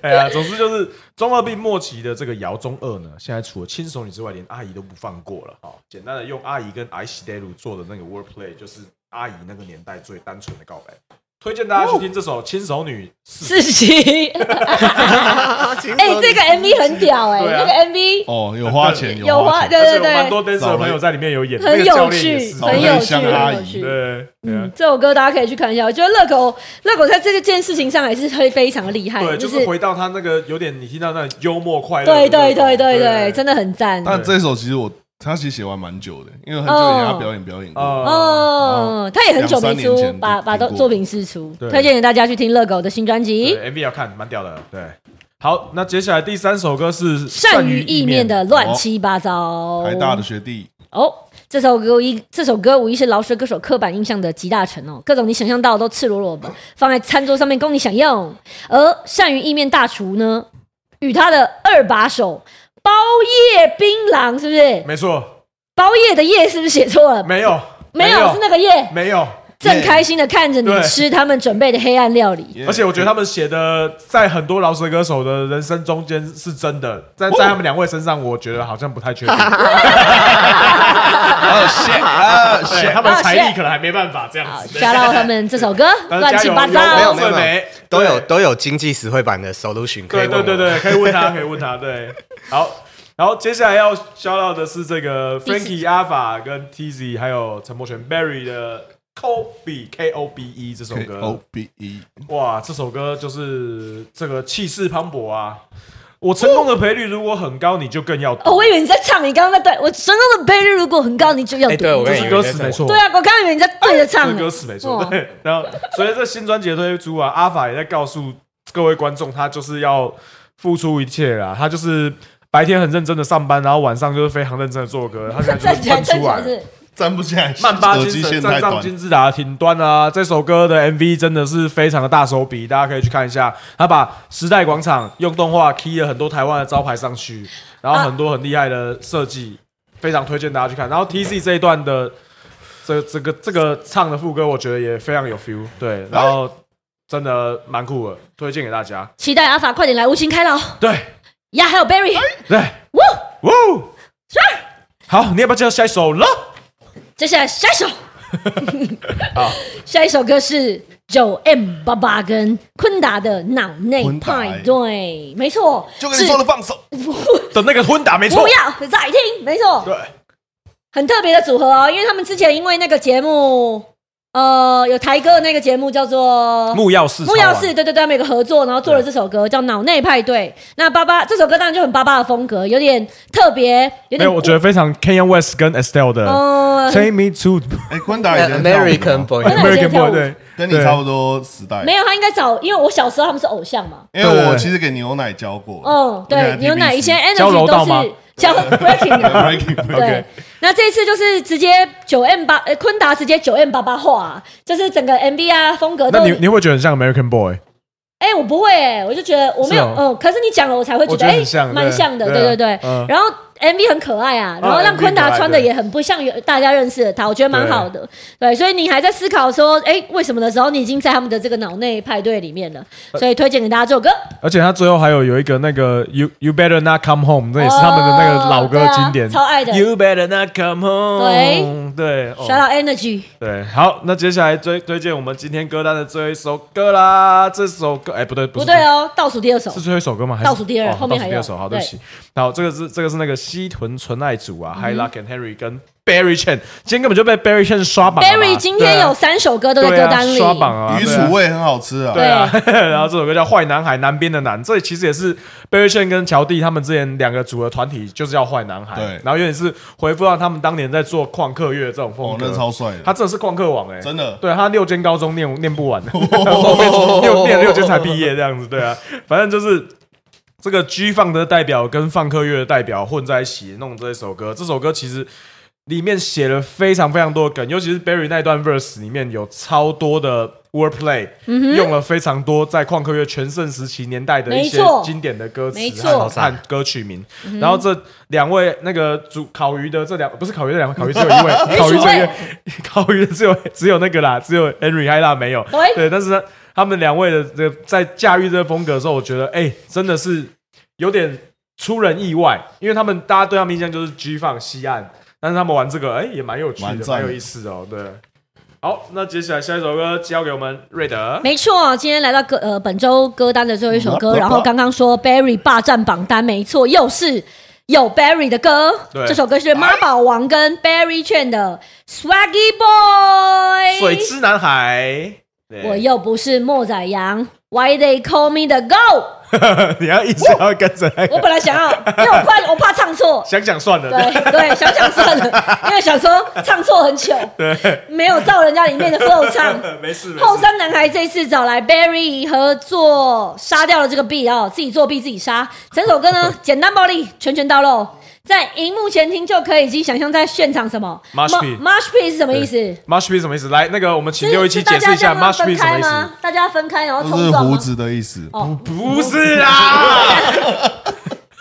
哎呀，总之就是中二病末期的这个姚中二呢，现在除了亲手女之外，连阿姨都不放过了。好，简单的用阿姨跟阿西德鲁做的那个 wordplay，就是阿姨那个年代最单纯的告白。推荐大家去听这首《亲手女》是。
四 七， 哎，这个 MV 很屌哎，
对
那
啊
个 MV
哦，有花钱，
有
花
花，
钱，
对
而且
对
有蛮
对，
多 dancer 朋友在里面有演，那
很
个教
有
练也
趣，
是。哦
找了
很
一
有
个
趣，
像
很
阿
有
姨
趣。
对，对啊
嗯，这首歌大家可以去看一下。我觉得乐狗乐狗在这个件事情上还是会非常厉害，
对，
就
就是回到他那个有点你听到那种幽默快乐的那
对
种，
对对对对，真的很赞。
但这首其实我他其实写完蛮久的，因为很久以前他表演表演过。
哦，
哦，他也很久没
两三年
出，
前
把
就
把
听
都
过
作品释出，
对
推荐给大家去听乐狗的新专辑《
对 MV 要看，蛮屌的。对，好，那接下来第三首歌是
善于意面的乱
哦
七八糟》。
台大的学弟，
哦，这首歌无疑这首歌无疑是饶舌歌手刻板印象的集大成哦，各种你想象到的都赤裸裸的放在餐桌上面供你享用。而善于意面大厨呢，与他的二把手包夜槟榔是不是？
没错，
包夜的夜是不是写错了？
没有，
没有，是那个夜。
没有。
正开心的看着你
对
吃他们准备的黑暗料理。
而且我觉得他们写的，在很多饶舌歌手的人生中间是真的，
哦
但在他们两位身上，我觉得好像不太 确定，
啊谢啊
对
谢，
他们
啊
财力
是
可能还没办法这样
好，
子。
吓到他们这首 歌乱七八
加油油
糟
没有
油。
没有没有
对，
都有都有经济实惠版的 solution 可以
对
问
对
我
对对，可以问他，可以问他。对，好，然后接下来要消到的是这个 Frankie Alpha 跟 TZ 还有陈柏权 Barry 的 Kobe K O B E 这首
K O
歌。
B E，
哇，这首歌就是这个气势磅礴啊！我成功的赔率如果很高，你就更要
哦，我以为你在唱你刚刚那段，我成功的倍率如果很高，你就要
哎，对我
这
跟你
是歌词没错，
对啊，我刚刚以为你在对着
这
唱哦
是
呢。
歌词没错。
哇
对， 然后随着这新专辑的推出啊，阿法也在告诉各位观众，他就是要付出一切啦，他就是。白天很认真的上班，然后晚上就是非常认真的做歌，他 现在
站
就是喷
起来，站
出
起
来
来
了。
是。
站不起来，
曼巴
手
精
机
神
线
站
太
上
短。
金字塔的顶端啊！这首歌的 MV 真的是非常的大手笔，大家可以去看一下。他把时代广场用动画 key 了很多台湾的招牌上去，然后很多很厉害的设计，非常推荐大家去看。然后 TC 这一段的这这个这个唱的副歌，我觉得也非常有 feel，对，然后真的蛮酷的，推荐给大家。
期待阿法快点来，无情开朗
对
呀，还有 Barry，
对，
哇，
哇，好，你要不要接下一首了？
接下来 下一首，
啊
下一首歌是九 M 八八跟昆达的脑内
昆达
哎
派对，没错，
就跟你说了
是
放手，
的那个昏打没错
不，要再听，没错，
对，
很特别的组合哦，因为他们之前因为那个节目，呃，有台歌的那个节目叫做
木曜四，
木曜四，对对对，他们有个合作，然后做了这首歌叫《脑内派对》。那巴巴这首歌当然就很巴巴的风格，有点特别，有
没
点
有，我觉得非常 Kanye West 跟 Estelle 的
嗯
Take Me To
哎，昆达以前跳舞的吗
American Boy
昆达以前
American
跳舞
Boy，对，
跟你差不多时代，
没有，他应该找，因为我小时候他们是偶像嘛。
因为我其实给牛奶教过。
哦
嗯，
啊
对，牛奶以前
交
energy
柔道
都
吗
是 教 breaking 的。对
OK，，
那这次就是直接九 M 八，呃，昆达直接九 M 八八化，就是整个 MV 啊风格
那
都。
你你会觉得很像 American Boy，
哎、我不会、哎，我就觉得我没有，
是哦
嗯，可是你讲了，我才会觉
我觉
得，
得
哎
很，像
蛮、
对
像的，对
对
对
啊
对。
嗯
然后 MV 很可爱啊，然后让
MV
昆达
可爱
穿的
对
也很不像原大家认识的他，我觉得蛮
对
好的。对，所以你还在思考说，哎、为什么的时候，你已经在他们的这个脑内派对里面了，
呃
所以推荐给大家这首歌。
而且他最后还有有一个那个 You You Better Not Come Home，那也是他们的那个老歌经典，
哦对啊超爱的
You Better Not Come Home，对对
小
哦
老 Energy，
对，好，那接下来推推荐我们今天歌单的最后一首歌啦，这首歌哎不对不
不
是
对哦，倒数第二首
是最后一首歌吗？还是
倒数第二
哦
后
倒
面
数
还有
第二首，好，对不
对嗯
起。好，这个是这个是那个西屯纯爱组啊、h i Luck and Harry 跟 Barry Chen，今天根本就被 Barry Chen 刷榜了吧
Barry 今天有三首歌都在
对
歌
啊
单里，
刷榜啊，
鱼
对啊
薯味很好吃啊。
对啊， 然后这首歌叫《坏男孩》，南边的南，这其实也是 Barry Chen 跟乔弟他们之前两个组的团体，就是叫坏男孩。
对
然后有点是回复到他们当年在做旷课乐这种风
哦，
格。
那超帅的，
他真的是旷课王哎、
真的
对他六间高中念念不 完，后面六念了六间才毕业这样子，对啊，反正就是。这个 G 放的代表跟放克乐的代表混在一起弄这首歌，这首歌其实里面写了非常非常多的梗，尤其是 Barry 那段 verse 里面有超多的 wordplay，、用了
嗯
非常多在旷课乐全盛时期年代的一些
没错
经典的歌词
没错嗯
和和歌曲名。然后这两位那个煮烤鱼的这两不是烤鱼的两位，烤鱼只有一位，烤鱼
鱼
只
薯
有一
味
位， 烤鱼的只有只有那个啦，只有 Henry 海拉没有。
喂
对，但是呢，他们两位的这个在驾驭这个风格的时候，我觉得哎、真的是有点出人意外，因为他们大家对他们印象就是 G 放西岸，但是他们玩这个哎、也蛮有趣
蛮
的，
赞
蛮
的
有意思的哦。对，好，那接下来下一首歌交给我们瑞德。
没错，今天来到歌呃本周歌单的最后一首歌，
嗯
然后刚刚说 Barry 霸占榜单，没错，又是有 Barry 的歌。
对哎
这首歌是妈宝王跟 Barry 劝的 Swaggy Boy。
水之男孩， 对
我又不是莫宰羊，Why they call me the Go？
你要一直要跟着那
我
个，。
本来想要，因为我怕我怕唱错
想想算了，对
对对，想想算了，因为想说唱错很糗，
对，
没有照人家里面的 flow 唱。
没事没
后
事，
山男孩这次找来 Barry 合作，杀掉了这个 B 哦，自己作弊自己杀。整首歌 呢，简单暴力，拳拳到肉，在荧幕前听就可以已经想象在现场什么。
Mosh pit
Marsh Pit 是什么意思？
Mush P 什么意思？来，那个我们请六一七
是大
解
家
释一下
这样吗
Mush P
分
什么
开
意思
吗？？大家分开然后
这是
冲撞
胡
吗？
子的意思。
哦，
不是啊啦，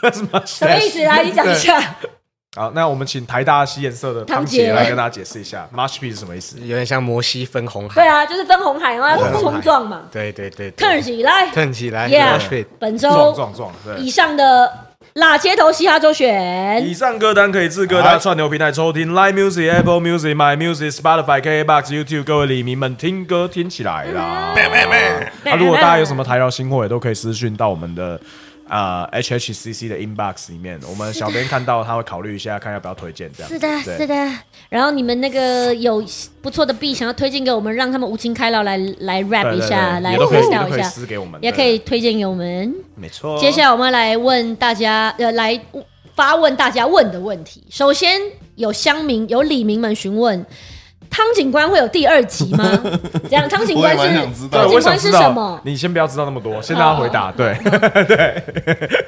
那是 Mush
什么 意思？啊来，你讲一下。
好，那我们请台大西颜色的
堂
汤
姐
姐来跟大家解释一下 Mush P 是什么意思？
有点像摩西分红
对
海。
啊，就是分红海，然后要冲撞嘛。
对对对，对
看起来，
turn 起来
Yeah
，Mosh pit
本
撞
周
撞撞，对
嗯以。上的辣街头嘻哈周选。
以上歌单可以至各大串流平台收
嗯
听，Line Music、Apple Music、My Music、Spotify、KBox、YouTube。各位李迷们，听歌听起来啦！
嗯
啊，如果大家有什么台饶新货，也都可以私讯到我们的啊 HHCC 的 inbox 里面，我们小编看到他会考虑一下，看要不要推荐这样。
是的，
对
是的。然后你们那个有不错的币，想要推荐给我们，让他们无情开朗来来 rap
对
一
对
下，
对，
来
也都可以，也
freestyle
都可
一
以
下，
私给我们，
也可以推荐给我们。
对，没错。
接下来我们来问大家，呃，来发问大家问的问题。首先有乡民有李民们询问。汤警官会有第二集 吗？这样，汤警官
我也
是
蛮想知道
对，
汤
我
呃警
想
官
知
是什
道
么，？
你先不要知道那么多，先让他回答。对 对，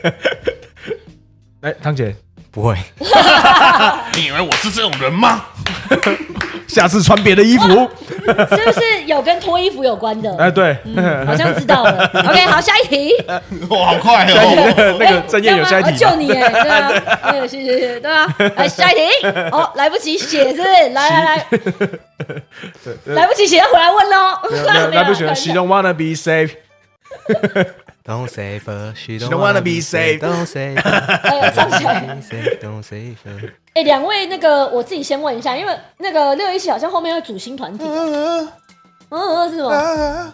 哎，汤姐，
不会，
你以为我是这种人吗？
下次穿别的衣
啊
服。
是不是有跟脱衣服有关 的？
哎，对，
好像知道了。OK，好，下一题。
哇，好快
下一题
哦！
哎
那个郑燕有下一
我
题
救
吗，
你哎，对 啊，哎，谢谢谢谢，对啊，来下一题，哦，来不及写是不是？来来来， 来不及写要回来问喽
没有没 有，，来不及了，She
启动。
don't wanna be safe。
Don't save her, she
don't
don't
wanna
wanna
be
be
saved.
saved. Don't save her,
哎，站起
don't
来。
save, don't save her.
哎，两位那个我自己先问一下，因为那个六一七好像后面要组新团体，嗯，是什么？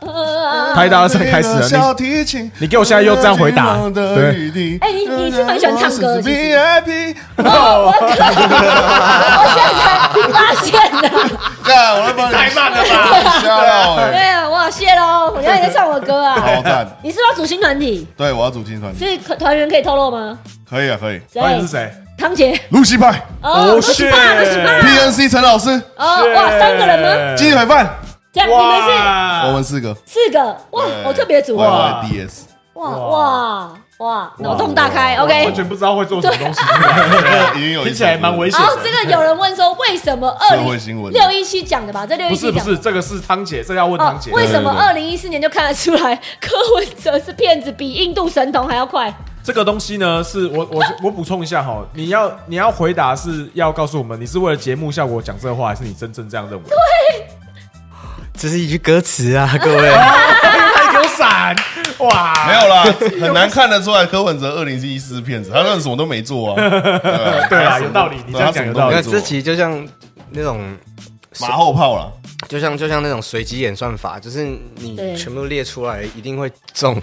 嗯
台大赛开始 了，
小
你
提琴，
你给我现在又这样回答对
对
哎你你是蛮喜欢唱歌的其实
VIP，
哦，我可以，我哦现在发现了。
干，我来帮你太慢了吧？吓到
对
哎，
啊，我好谢喽，我原来你在唱我歌
超
啊。
赞！
你是不是要组新团体？
对，我要组新团体，
是可团员可以透露吗？
可以啊，可以。
谁
那你是谁？
汤姐。
露西派
哦，
Oh
恭喜吧，
shit
恭喜吧！
，PNC 陈老师，
哎
哦，哇，三个人吗？
鸡腿饭，
这样你们是
哇
我们四个。
四个，哇，啊我特别组啊哇
哇
YYDS，
哇哇，脑洞大开
完
，OK。
全不知道会做什么东西，
已经有一
听起来蛮危险
然后
的。
哦这个有人问说，为什么二
社会新
零
闻
六一七讲的吧？这六
不
一
是
七
不
讲
是，这个是汤姐，这个要问
哦
汤姐，。
为什么
对
二零一四年就看得出来柯文哲是骗子，比印度神童还要快？
这个东西呢，是我我我补充一下哈，你要你要回答是要告诉我们，你是为了节目效果讲这话，还是你真正这样认为？
这是一句歌 词啊，各位。
太有闪，哇，
没有啦，很难看得出来柯文哲二零一四是骗子，他真的什么都没做啊。
对啦，有道理，你这样讲有道
没
理
那
有。
这集就像那种
马后炮啦，
就像就像那种随机演算法，就是你
对嗯
全部列出来，一定会中，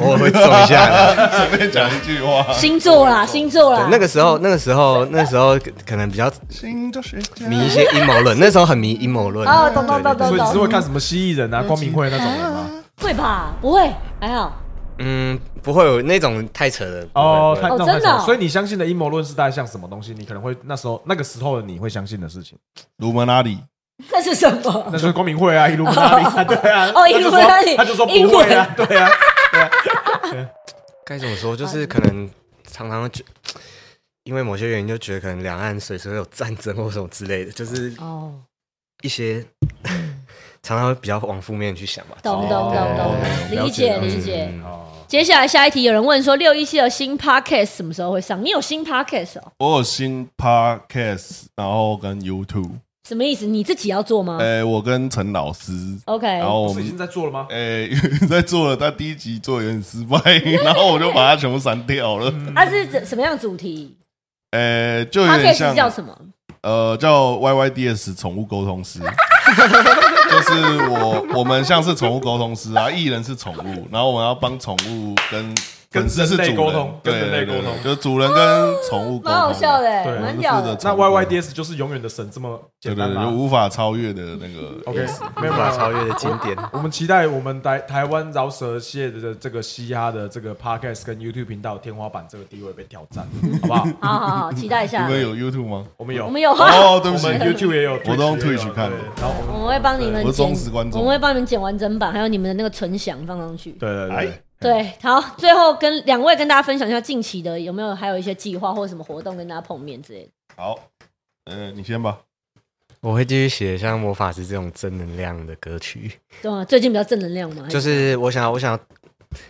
偶尔会中 一下的。
随便讲一句话。
星座啦，星座
对
啦，，
那个时候，那个时候，那时候可能比较
心就是
迷一些阴谋论，那时候很迷阴谋论。
哦，懂懂
对对
懂
对
所
懂
以你是会
懂，
看什么蜥蜴人啊、光明会那种人吗？
会吧？不会，还好，
嗯，不会有那种太扯了。不会
哦，
不
太
会
那
哦
种太
真的哦
少所以你相信的阴谋论是大概像什么东西？你可能会那时候那个时候的你会相信的事 情，
鲁门那里，
那是什么？
那就是光明会啊、一路那里啊，对啊，
哦
他就说
Illuminati
他就说不会啊，对啊，
该怎么说？就
嗯
是可能常常就因为某些原因，就觉得可能两岸随时会有战争或什么之类的，就是
哦，嗯
一些 常常会比较往负面去想吧。
懂懂懂懂，
哦了
理
解
解
了解
理解。
哦，
接下来下一题，有人问说六一七的新 podcast 什么时候会上？你有新 podcast 哦？
我有新 podcast，然后跟 YouTube，
什么意思？你自己要做吗
哎、我跟陈老师，
？OK，
然后
不
我
是已经在
们
做了吗？
哎、在做了，但第一集做得有点失败，然后我就把它全部删掉了。
它是怎什么样的主题
呃、就有点
？podcast
像
叫什么？
呃，叫 YYDS 宠物沟通师， 就是我我们像是宠物沟通师啊，艺人是宠物，然后我们要帮宠物跟
跟
粉丝是主
人类沟通
对
跟人类
对对
沟通
对就是主人跟宠物沟通，
蛮
啊
好笑的
对
欸，蛮屌
我们
的
负责。
那 YYDS 就是永远的神这么简
对对
单
对，就
吗
无法超越的那个。
？OK，没
没
有
有
办法
办法超越的经典。
我们期待我们台台湾饶舌界的这个嘻哈的这个 podcast 跟 YouTube 频道天花板这个地位被挑战，好不好？
好好好，期待一
你
下。
们有 YouTube 吗？
我们有，
我们有啊，
哦，对
我
不起，
们 YouTube 也有，
我都用
Twitch 也有
Twitch 看的
对然后我
我
们
们会帮你们
我是
剪
忠实观众
我们会帮你们剪完整版，还有你们的那个纯享放上去。
对对对。
对，好，最后跟两位跟大家分享一下近期的有没有还有一些计划或者什么活动跟大家碰面之类的。
好，呃，你先吧。
我会继续写像魔法师这种正能量的歌曲，
对啊，最近比较正能量嘛，
哎
就是我想要，我想要，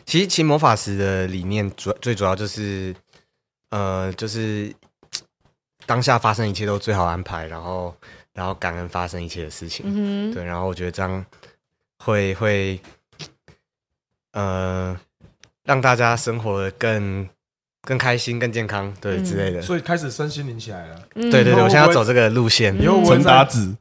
其实其实魔法师的理念主最主要就是，呃，就是当下发生一切都最好安排，然后然后感恩发生一切的事情。
嗯哼，
对，然后我觉得这样会会呃让大家生活的更更开心、更健康，对、之类的。
嗯所以开始身心灵起来了。
嗯
对对对，
那
我现在
我
要走这个路线。
以后我
陈
会
达
在
子，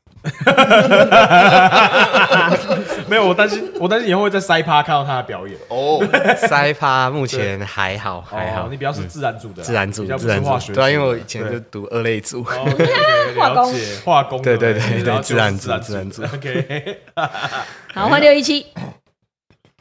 没有，我担心，我担心以后会在塞趴看到他的表演。
哦，
塞趴目前还好，还好，
哦你比较是自然组的啊，
自然组
比较，不
自
是
然
化学
组。
组的。
对啊，因为我以前 就
对
读二类组。
哦对对对
化工
了解化工的，
对对对对
然后就
自然组
自然
自然组
OK，
好，换六一七。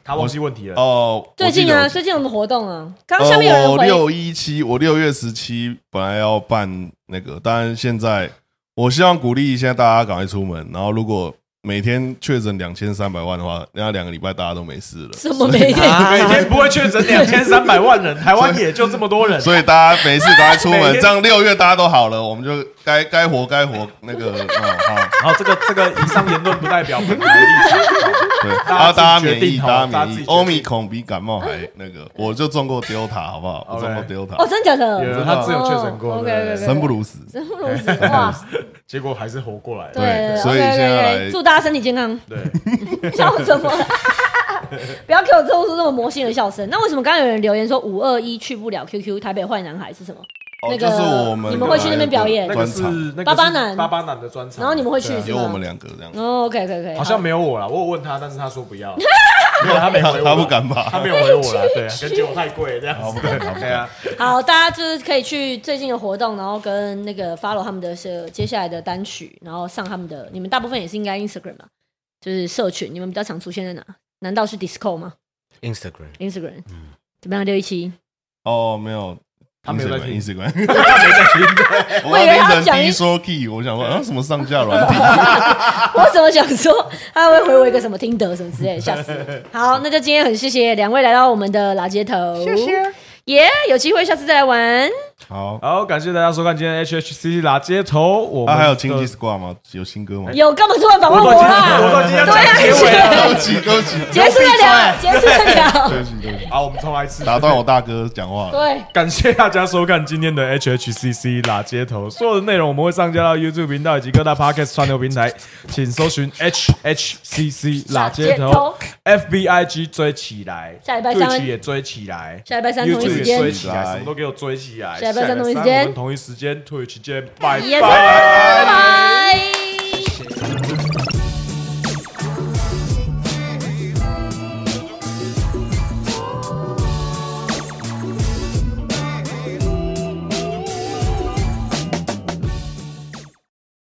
他忘记问题了。
哦，
最近啊，
我记
最近有什么活动啊？刚刚
得
下面有
呃，
人
我
回，
六一七，我六月十七本来要办那个，当然现在我希望鼓励一下大家赶快出门，然后如果每天确诊两千三百万的话，那两个礼拜大家都没事了。
什么没有？
每天不会确诊两千三百万人，台湾也就这么多 人。
所以大家没事，赶快出
每
门，
天
这样六月大家都好了，我们就该该活该活那 个，哦好，
然后这个这个以上言论不代表本台立场。
对，然后大家免疫，
大家自己决定好
大家
大家自
免
己
疫，
决定
欧米孔比感冒还那个，我就中过 Delta，好不好？我中过
OK
哦，
Delta，
真的假的？
有人
道
他自己有确诊过，
哦
对对
OK，OK，OK
对
生不如死。
真不如此哇！
结果还是活过来了。
对对，对
所以
OK，OK，OK，
现在来
祝大家身体健康。
对，
笑什么？不要给我做出这么魔性的笑声。那为什么刚刚有人留言说五二一去不了 QQ 台北坏男孩是什么？
哦
那
就
个
是我们
你们会去那边表演
那个
专
是
场
那个是
巴巴男
巴巴男的专场，
然后你们会去
对啊
是
有
吗
我们两个这样，
哦，OK OK OK，
好像没有我啦，我有问他，但是他说不 要，没有他没回我，
他不敢
他
吧？
没有回我啦，对啊，感觉我太贵这样
好
子
不，敢好不敢
对啊，
好，大家就是可以去最近的活动，然后跟那个 follow 他们的是接下来的单曲，然后上他们的。你们大部分也是应该 Instagram 吧，就是社群，你们比较常出现在哪？难道是 Disco 吗
Instagram，
？Instagram，怎么样？六一七，
哦，没有，
他没有在听
Instagram，
他没在听 对
我刚凌
他
晨
讲一
低说 key，我想说啊，什么上架软体？
我怎么想说他会回我一个什么听得什么之类的，吓死我！好，那就今天很谢谢两位来到我们的拉街头，谢谢，耶、有机会下次再来玩。
好，
好，感谢大家收看今天的 HHC 啦街头，我
那
们
还有
经
经济
济，
squad 吗？有新歌吗？
有干嘛突然反问我
我都已
啦？
经要讲结尾
对
了，
不起，对不起，
结束得了，结束 得了，
对不起，对不起，
好，我们重来一次，
打断我大哥讲话。
对。
感谢大家收看今天的 HHCC 啦街头，所有的内容我们会上架到 YouTube 频道以及各大 Podcast 串流平台，请搜寻 HHCC 啦街
辣街
头
头
，FBIG 追起来，
下礼拜三
Twitch 也追起来，
下礼拜三
YouTube
同一时
也追
间，
起来，什么都给我追起来，
下礼拜三
下礼
同一时
拜
间
我们同一时间 Twitch 见，拜
也是
拜。
拜拜。